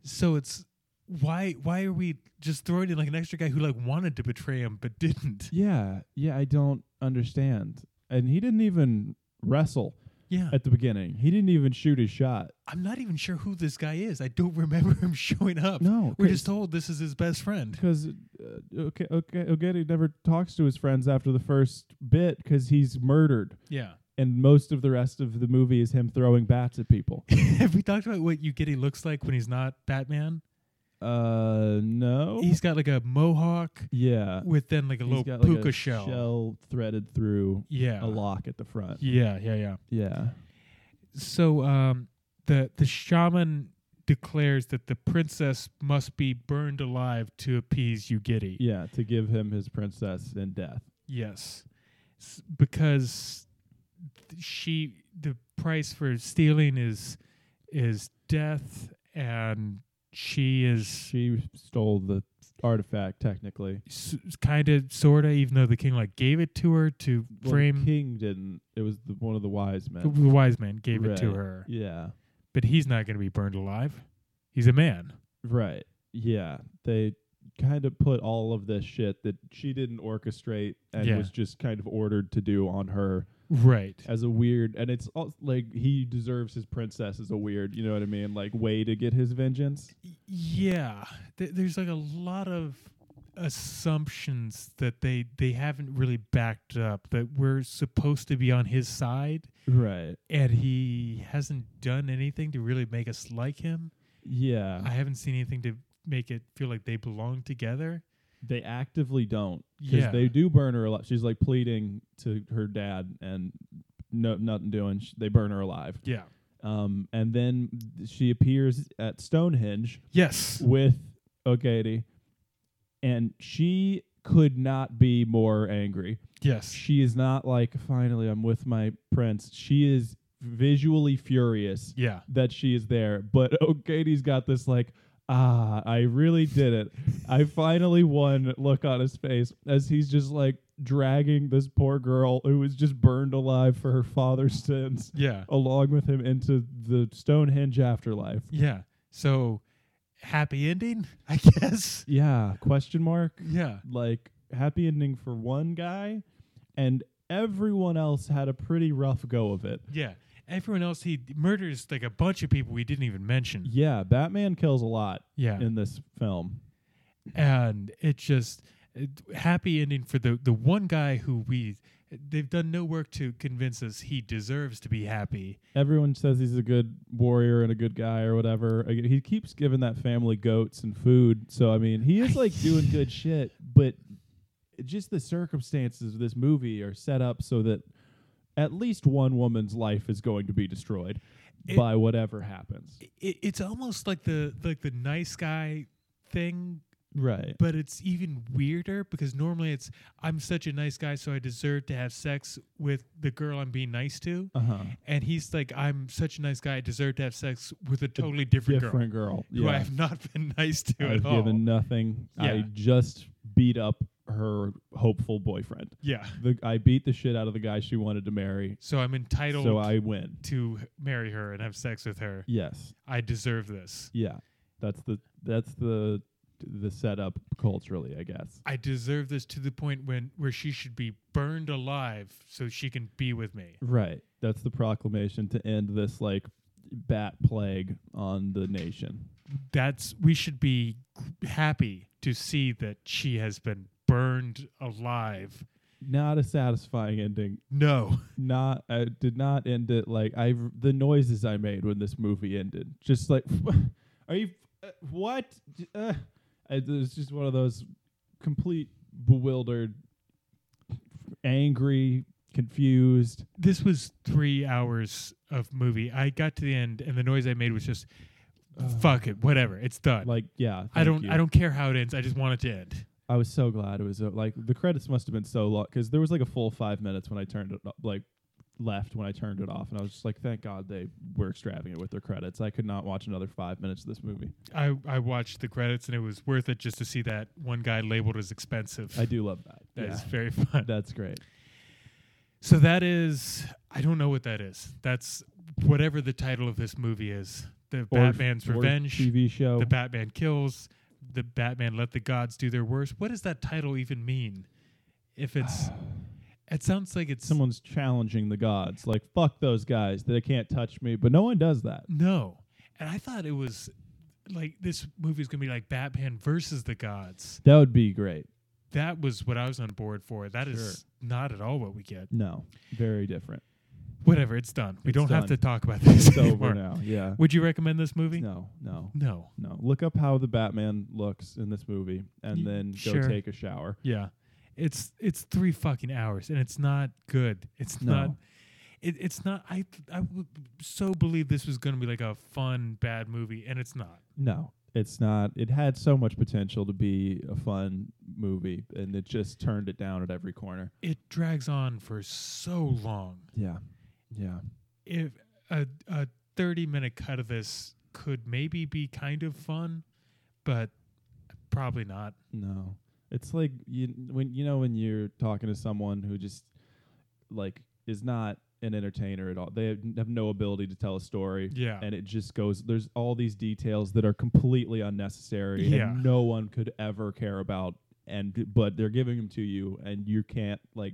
So it's why why are we just throwing in like an extra guy who like wanted to betray him but didn't? yeah, yeah, I don't understand. And he didn't even wrestle Yeah. at the beginning. He didn't even shoot his shot. I'm not even sure who this guy is. I don't (laughs) remember him showing up. No, We're just told this is his best friend. because uh, okay, okay, Ogeti never talks to his friends after the first bit because he's murdered, Yeah. and most of the rest of the movie is him throwing bats at people. (laughs) Have we talked about what Yugetti looks like when he's not Batman? uh, no. He's got like a mohawk yeah. with then like a He's little got, like, puka a shell. shell threaded through Yeah. a lock at the front. Yeah, yeah, yeah. Yeah. so um the the shaman declares that the princess must be burned alive to appease Yugetti. Yeah, to give him his princess in death. Yes. S- because th- she the price for stealing is is death and she is She stole the artifact technically. s- kind of sorta even though the king like gave it to her to Well, frame King didn't. It was the, one of the wise the men. wise man gave it to Right. her. Yeah. But he's not going to be burned alive. He's a man. Right. Yeah. They kind of put all of this shit that she didn't orchestrate and Yeah. was just kind of ordered to do on her Right. as a weird and it's all, like he deserves his princess as a weird, you know what I mean? Like way to get his vengeance. Yeah, th- there's like a lot of assumptions that they they haven't really backed up that we're supposed to be on his side Right. and he hasn't done anything to really make us like him. Yeah. I haven't seen anything to make it feel like they belong together. they actively don't because Yeah. they do burn her alive. She's like pleading to her dad and no nothing doing. Sh- They burn her alive. Yeah. Um, and then she appears at Stonehenge Yes. with O'Gady, and she could not be more angry. Yes. She is not like finally I'm with my prince. She is visually furious Yeah. that she is there. But (laughs) oh, Katie's got this like, ah, I really did it. Uh, I finally won. Look on his face as he's just like dragging this poor girl who was just burned alive for her father's sins Yeah. along with him into the Stonehenge afterlife. Yeah. So happy ending, I (laughs) guess. Yeah, question mark. Yeah. Like happy ending for one guy, and everyone else had a pretty rough go of it. Yeah. Everyone else he murders like a bunch of people we didn't even mention. Yeah, Batman kills a lot Yeah. in this film. and it just it, happy ending for the the one guy who we they've done no work to convince us he deserves to be happy. everyone says he's a good warrior and a good guy or whatever. I- He keeps giving that family goats and food. So I mean, he is like doing good (laughs) shit, but just the circumstances of this movie are set up so that at least one woman's life is going to be destroyed It- by whatever happens. It, it's almost like the like the nice guy thing, Right. but it's even weirder because normally it's I'm such a nice guy, so I deserve to have sex with the girl I'm being nice to. Uh huh. And he's like, I'm such a nice guy, I deserve to have sex with a totally different, girl Different girl. who I Yeah. have not (laughs) been nice to I've at all. given nothing. I Yeah. just beat up her hopeful boyfriend. yeah. The I beat the shit out of the guy she wanted to marry. So I'm entitled So I win. to marry her and have sex with her. Yes. I deserve this. Yeah, that's the that's the the setup culturally, I guess. I deserve this to the point when where she should be burned alive so she can be with me. Right. That's the proclamation to end this like bat plague on the nation. That's we should be g- happy to see that she has been burned alive. Not a satisfying ending. No. (laughs) Not I did not end it like I the noises I made when this movie ended. Just like (laughs) are you uh, what? Uh, it was just one of those complete bewildered angry confused This was 3 hours of movie. I got to the end and the noise I made was just fuck it, whatever. It's done. Uh, like yeah I thank don't you. I don't care how it ends. I just want it to end. I was so glad it was uh, like the credits must have been so long because there was like a full five minutes when I turned it o- like left when I turned it off, and I was just like, thank God they were extravagant with their credits. I could not watch another five minutes of this movie. I, I watched the credits and it was worth it just to see that one guy labeled as expensive. I do love that. That is Yeah. very (laughs) fun. that's (laughs) great. So that is I don't know what that is. That's whatever the title of this movie is. The Or- Batman's or Revenge, TV show. The Batman Kills, The Batman Let the Gods Do Their Worst. What does that title even mean? (sighs) If it's it sounds like it's Someone's challenging the gods, like fuck those guys. They can't touch me, but no one does that. no. And I thought it was like this movie's gonna be like Batman versus the gods. That would be great. That was what I was on board for. That is not at all what we get. No, very different. (laughs) Whatever, it's done. We It's don't have done. to talk about (laughs) this It's anymore. over now. Yeah. Would you recommend this movie? No, no, No. no. Look up how the Batman looks in this movie, Y- and then go sure. take a shower. Yeah. It's it's three fucking hours and it's not good. It's No. not it, it's not I I would so believe this was going to be like a fun bad movie and it's not. No, it's not. It had so much potential to be a fun movie, and it just turned it down at every corner. It drags on for so long. Yeah, yeah, If a a 30 minute cut of this could maybe be kind of fun, but probably not. no. It's like you when you know when you're talking to someone who just like is not an entertainer at all. They have, have no ability to tell a story. Yeah. And it just goes, there's all these details that are completely unnecessary Yeah. and no one could ever care about. And, but they're giving them to you and you can't, like,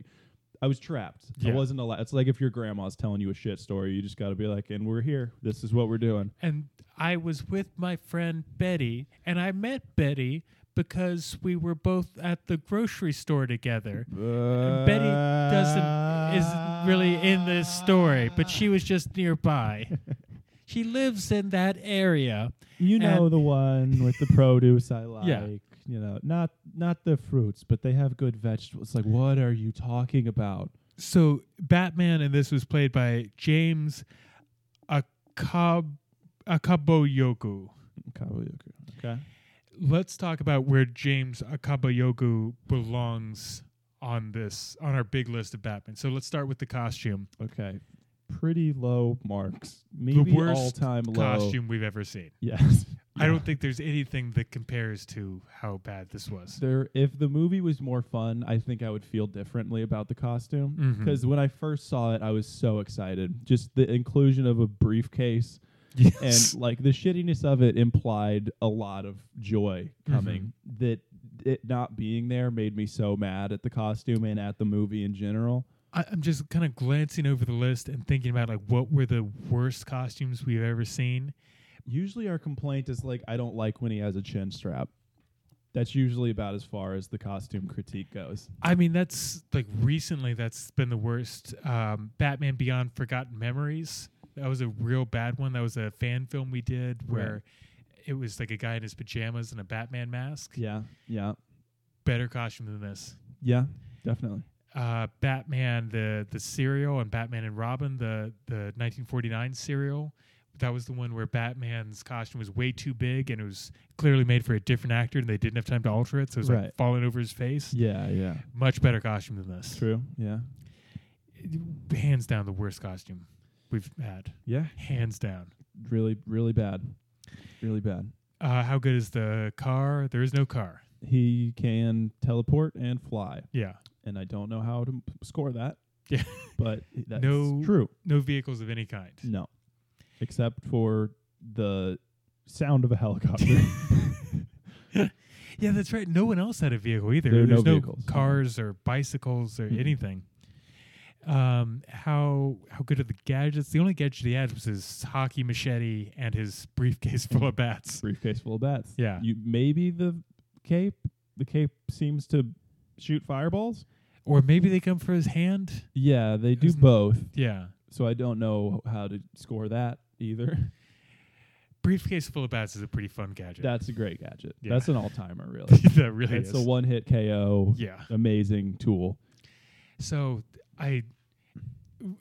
I was trapped. Yeah. I wasn't allowed. It's like if your grandma's telling you a shit story, you just got to be like, and we're here. This is what we're doing. and I was with my friend Betty, and I met Betty because we were both at the grocery store together. And Betty doesn't is really in this story, but she was just nearby. she lives in that area. You know And- the one with the produce I like. (laughs) Yeah. You know, not not the fruits, but they have good vegetables. Like, what are you talking about? So Batman in this was played by James Akab Akaboyoku. Kawayoku. Okay. Let's talk about where James Akaboyoku belongs on this on our big list of Batman. So let's start with the costume. Okay. Pretty low marks. Maybe the worst all time low. costume we've ever seen. Yes. (laughs) I Yeah. don't think there's anything that compares to how bad (laughs) this was. There, if the movie was more fun, I think I would feel differently about the costume. Mhm. Because when I first saw it, I was so excited. Just the inclusion of a briefcase Yes. and like the shittiness of it implied a lot of joy coming. That it not being there made me so mad at the costume and at the movie in general. I, I'm just kind of glancing over the list and thinking about like what were the worst costumes we've ever seen. Usually, our complaint is like, I don't like when he has a chin strap. That's usually about as far as the costume critique goes. I mean, that's like recently that's been the worst. Um, Batman Beyond Forgotten Memories. That was a real bad one. That was a fan film we did where it was like a guy in his pajamas and a Batman mask. Yeah, yeah, Better costume than this. yeah, definitely. uh, Batman the the serial and Batman and Robin the the 1949 serial. That was the one where Batman's costume was way too big and it was clearly made for a different actor and they didn't have time to alter it, so it was like Right. falling over his face. Yeah, yeah. Much better costume than this. True. Yeah. Hands down, the worst costume we've had. Yeah. Hands down. Really, really bad. Really bad. Uh, how good is the car? There is no car. He can teleport and fly, Yeah. and I don't know how to m- score (laughs) that. Yeah. But that's No. true. No vehicles of any kind. No. Except for the sound of a helicopter. (laughs) (laughs) Yeah, that's right. No one else had a vehicle either. There were no There's no, vehicles. cars or bicycles or Mhm. anything. Um, how how good are the gadgets? The only gadget he had was his hockey machete and his briefcase full of bats. Briefcase full of bats. Yeah. You maybe the cape. The cape seems to shoot fireballs. Or maybe they come for his hand. Yeah, they do Isn't- both. Yeah, So I don't know how to score that either. briefcase full of bats is a pretty fun (laughs) gadget. That's a great gadget. Yeah. That's an all timer, (laughs) really. (laughs) that really That's is. a one hit KO. Yeah. Amazing tool. So I,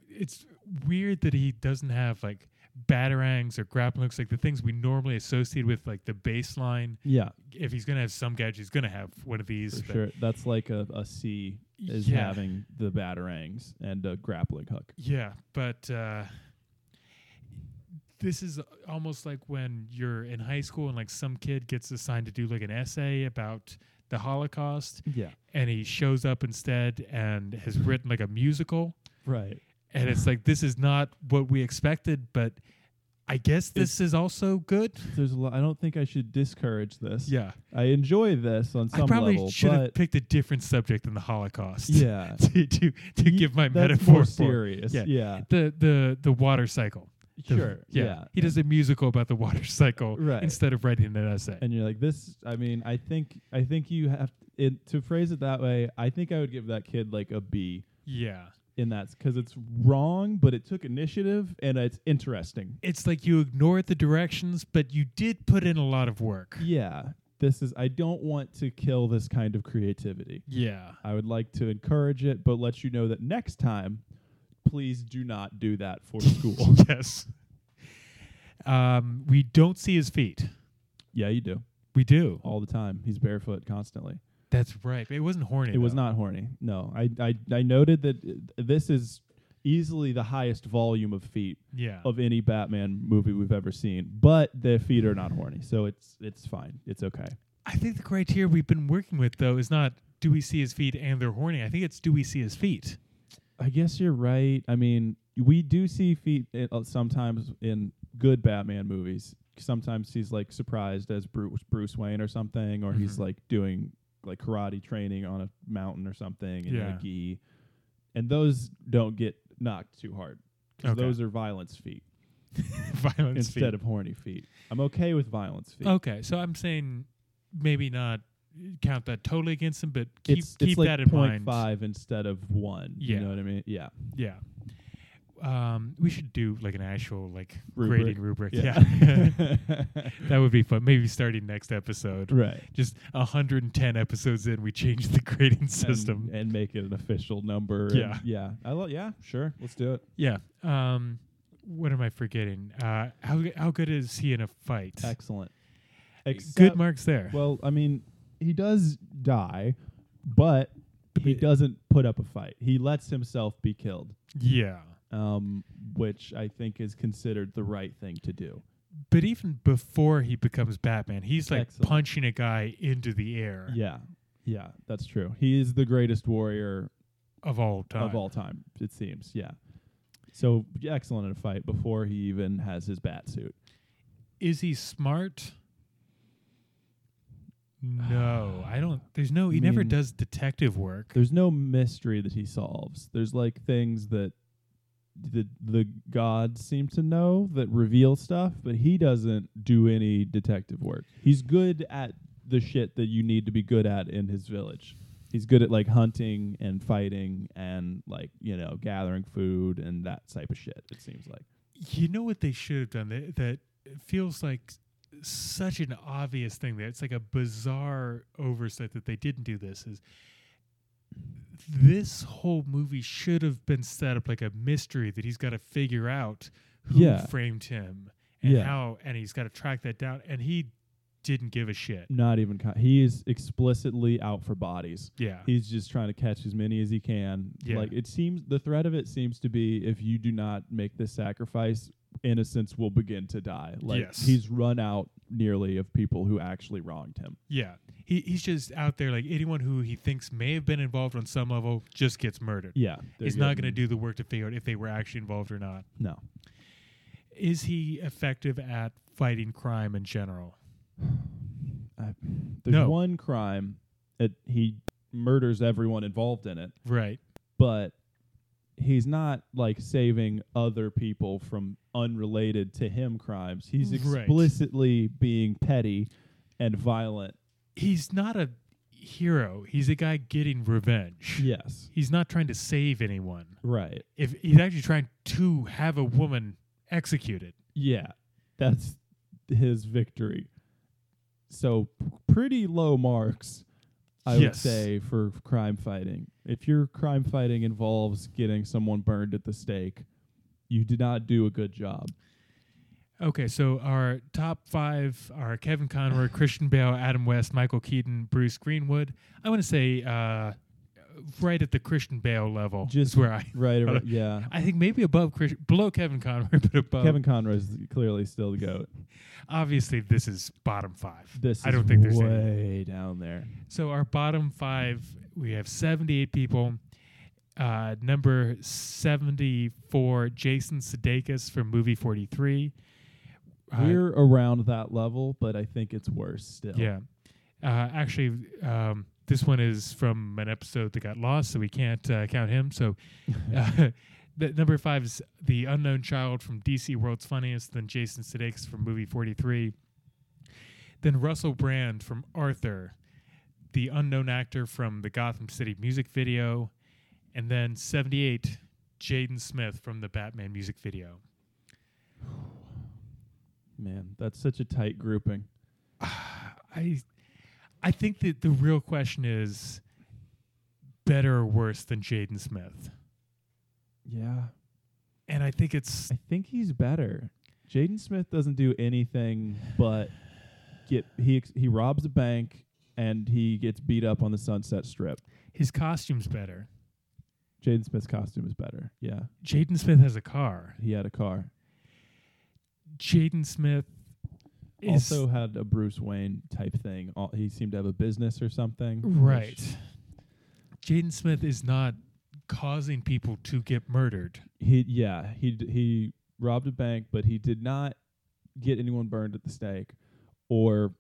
it's weird that he doesn't have like batarangs or grappling hooks, like the things we normally associate with like the baseline Yeah, if he's gonna have some gadget, he's gonna have one of these. for but- sure. That's like a, a C is Yeah. having the batarangs and a grappling hook. Yeah, but uh, this is almost like when you're in high school and like some kid gets assigned to do like an essay about the Holocaust, Yeah. and he shows up instead and has written like a musical, Right. and it's like this is not what we expected, but I guess this is also good. There's a lot. I don't think I should discourage this. Yeah, I enjoy this on some I probably level, should have but picked a different subject than the Holocaust. yeah, (laughs) to to, to give my that's metaphor more for it. serious. Yeah. Yeah. the the the water cycle. The- Sure. Yeah. He does a musical about the water (laughs) cycle Right. instead of writing an essay. And you're like this. I mean, I think I think you have it, to phrase it that way. I think I would give that kid like a B. yeah. in that because it's wrong, but it took initiative and it's interesting. It's like you ignored the directions, but you did put in a lot of work. Yeah, this is. I don't want to kill this kind of creativity. Yeah. I would like to encourage it, but let you know that next time, please do not do that for school. (laughs) yes. Um, we don't see his feet. yeah, you do We do. all the time. He's barefoot constantly. That's right. It wasn't horny. It was though. not horny. No, I I, I noted that uh, this is easily the highest volume of feet Yeah. of any Batman movie we've ever seen, but the feet are not horny, so it's it's fine. It's okay. I think the criteria we've been working with though is not do we see his feet (laughs) and they're horny. I think it's do we see his feet. I guess you're right. I mean, we do see feet i- uh, sometimes in good Batman movies. Sometimes he's like surprised as Bruce Bruce Wayne or something, or he's Mhm. like doing like karate training on a mountain or something in Yeah. a gi, and those don't get knocked too hard because Okay. those are violence feet violence Oh, instead of horny feet. I'm okay with violence feet. Okay, so I'm saying maybe not uh, count that totally against him, but keep It's, keep it's like that in point mind. five instead of one. Yeah. You know what I mean? Yeah. Yeah. Um, we should do like an actual like Rubric. grading rubric. Yeah, (laughs) (laughs) that would be fun. Maybe starting next episode. right. Just 110 episodes in, we change the grading and- system. and, make it an official number. and- Yeah. yeah. I love. Yeah, sure. Let's do (laughs) it. Yeah. Um, what am I forgetting? Uh, how how good is he in a fight? Excellent. good marks there. Well, I mean, he does die, but he He- doesn't put up a fight. He lets himself be killed, yeah. um, which I think is considered the right thing to do. But even before he becomes Batman, he's like Excellent. punching a guy into the air Yeah. Yeah, that's true. He is the greatest warrior of all time. of all time. It seems. Yeah. So yeah, excellent in a fight before he even has his bat suit. Is he smart? (sighs) No, I don't. There's no. He I never mean- does detective work. there's no mystery that he solves. There's like things that the the gods seem to know that reveal stuff, but he doesn't do any detective work. He's good at the shit that you need to be good at in his village. He's good at like hunting and fighting and like, you know, gathering food and that type of shit, it seems like. You know what they should have done? That, that it feels like s- such an obvious thing. That it's like a bizarre oversight that they didn't do this. Is this whole movie should have been set up like a mystery that he's got to figure out who Yeah. framed him and Yeah. how, and he's got to track that down. And he didn't give a shit. Not even con- he is explicitly out for bodies. Yeah. He's just trying to catch as many as he can. Yeah. Like it seems the threat of it seems to be if you do not make this sacrifice, innocence will begin to die. Like Yes. he's run out nearly of people who actually wronged him. Yeah. He, he's just out there like anyone who he thinks may have been involved on some level just gets murdered. Yeah. they're he's not going to getting- do the work to figure out if they were actually involved or not. No. Is he effective at fighting crime in general? I, there's No. one crime that he murders everyone involved in it, Right. but he's not like saving other people from unrelated to him crimes. He's Right. explicitly being petty and violent. He's not a hero. He's a guy getting revenge. Yes. He's not trying to save anyone. Right. If he's actually trying to have a woman executed. Yeah, that's his victory. So p- pretty low marks, I would Yes. say, for crime fighting. If your crime fighting involves getting someone burned at the stake, you did not do a good job. Okay, so our top five are Kevin Conroy, (sighs) Christian Bale, Adam West, Michael Keaton, Bruce Greenwood. I want to say uh, right at the Christian Bale level. Just Just- is where (laughs) I, Right? Hello. Or, yeah. I think maybe above Chris, below Kevin Conroy, (laughs) but above. Kevin Conroy's clearly still the goat. Obviously, this is bottom five. This I don't is think there's any. way down there. So our bottom five, we have 78 people. Uh, number 74, Jason Sudeikis from movie 43. Uh, We're around that level, but I think it's worse still. Yeah. Uh, actually, um, this one is from an episode that got lost, so we can't uh, count him. So, uh, (laughs) the number five is the unknown child from DC World's Funniest, then Jason Sudeikis from movie 43, then Russell Brand from Arthur, the unknown actor from the Gotham City music video, and then 78, Jaden Smith from the Batman music video. Man, that's such a tight grouping. I I think that the real question is better or worse than Jaden Smith. Yeah. And I think it's I think he's better. Jaden Smith doesn't do anything but get he ex- he robs a bank and he gets beat up on the Sunset Strip. his costume's better. Jaden Smith's costume is better. Yeah, Jaden Smith has a car. he had a car. Jaden Smith is also had a Bruce Wayne type thing. Al- He seemed to have a business or something. which- right. Jaden Smith is not causing people to get murdered. (laughs) He yeah he d- he robbed a bank, but he did not get anyone burned at the stake or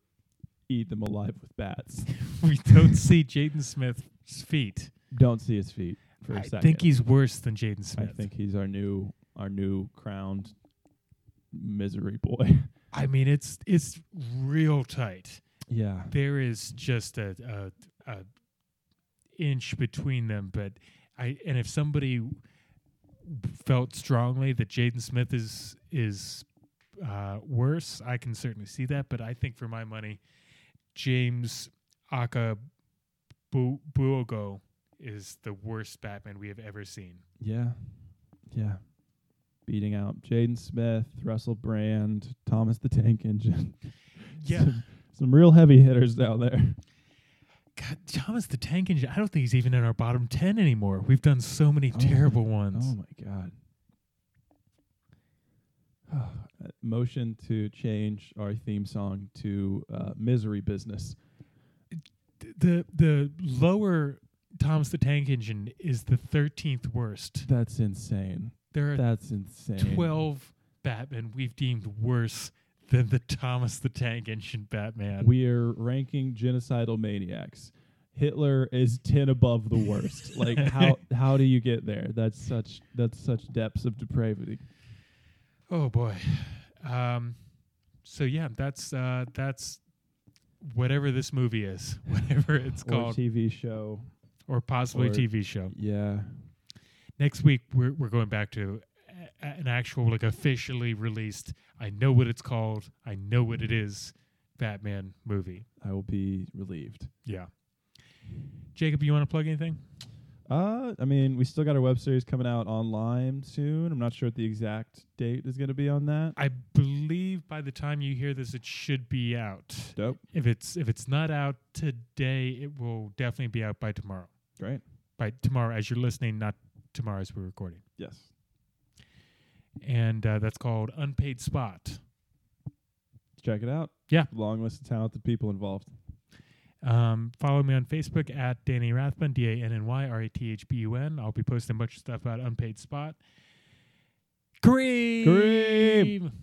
eat them alive with bats. We don't see Jaden Smith's feet. Don't see his feet for a I second. think he's worse than Jaden I Smith. think he's our new our new crowned misery boy. (laughs) I mean, it's it's real tight. yeah. There is just a, a, a inch between them, but I and if somebody felt strongly that Jaden Smith is is uh, worse, I can certainly see that. But I think for my money, James Akabuogo is the worst Batman we have ever seen. Yeah. Yeah. Beating out Jaden Smith, Russell Brand, Thomas the Tank Engine. (laughs) Yeah. some, some real heavy hitters down there. God, Thomas the Tank Engine. I don't think he's even in our bottom ten anymore. We've done so many Oh, terrible ones. Oh my god. (sighs) Uh, Motion to change our theme song to uh, "Misery Business." the the lower Thomas the Tank Engine is the thirteenth worst. That's insane. There are That's insane. twelve Batman we've deemed worse than the Thomas the Tank Engine Batman. We're ranking genocidal maniacs. Hitler is ten above the (laughs) worst. like how how do you get there? That's such that's such depths of depravity. oh boy. Um, so yeah, that's uh, that's whatever this movie is, (laughs) whatever it's Or called, TV show. or possibly or- TV show. Yeah. Next week we're we're going back to a- a- an actual like officially released. I know what it's called. I know what it is. Batman movie. I will be relieved. Yeah. Jacob, you want to plug anything? Uh, I mean, we still got our web series coming out online soon. I'm not sure what the exact date is going to be on that. I believe by the time you hear this, it should be out. Dope. If it's if it's not out today, it will definitely be out by tomorrow. Great. By tomorrow, as you're listening, not tomorrow as we're recording. Yes. And uh, that's called Unpaid Spot. Check it out. Yeah. Long list of talented people involved. Um, follow me on Facebook at Danny Rathbun, D A N N Y R A T H B U N. I'll be posting a bunch of stuff about Unpaid Spot. Cream. Kareem!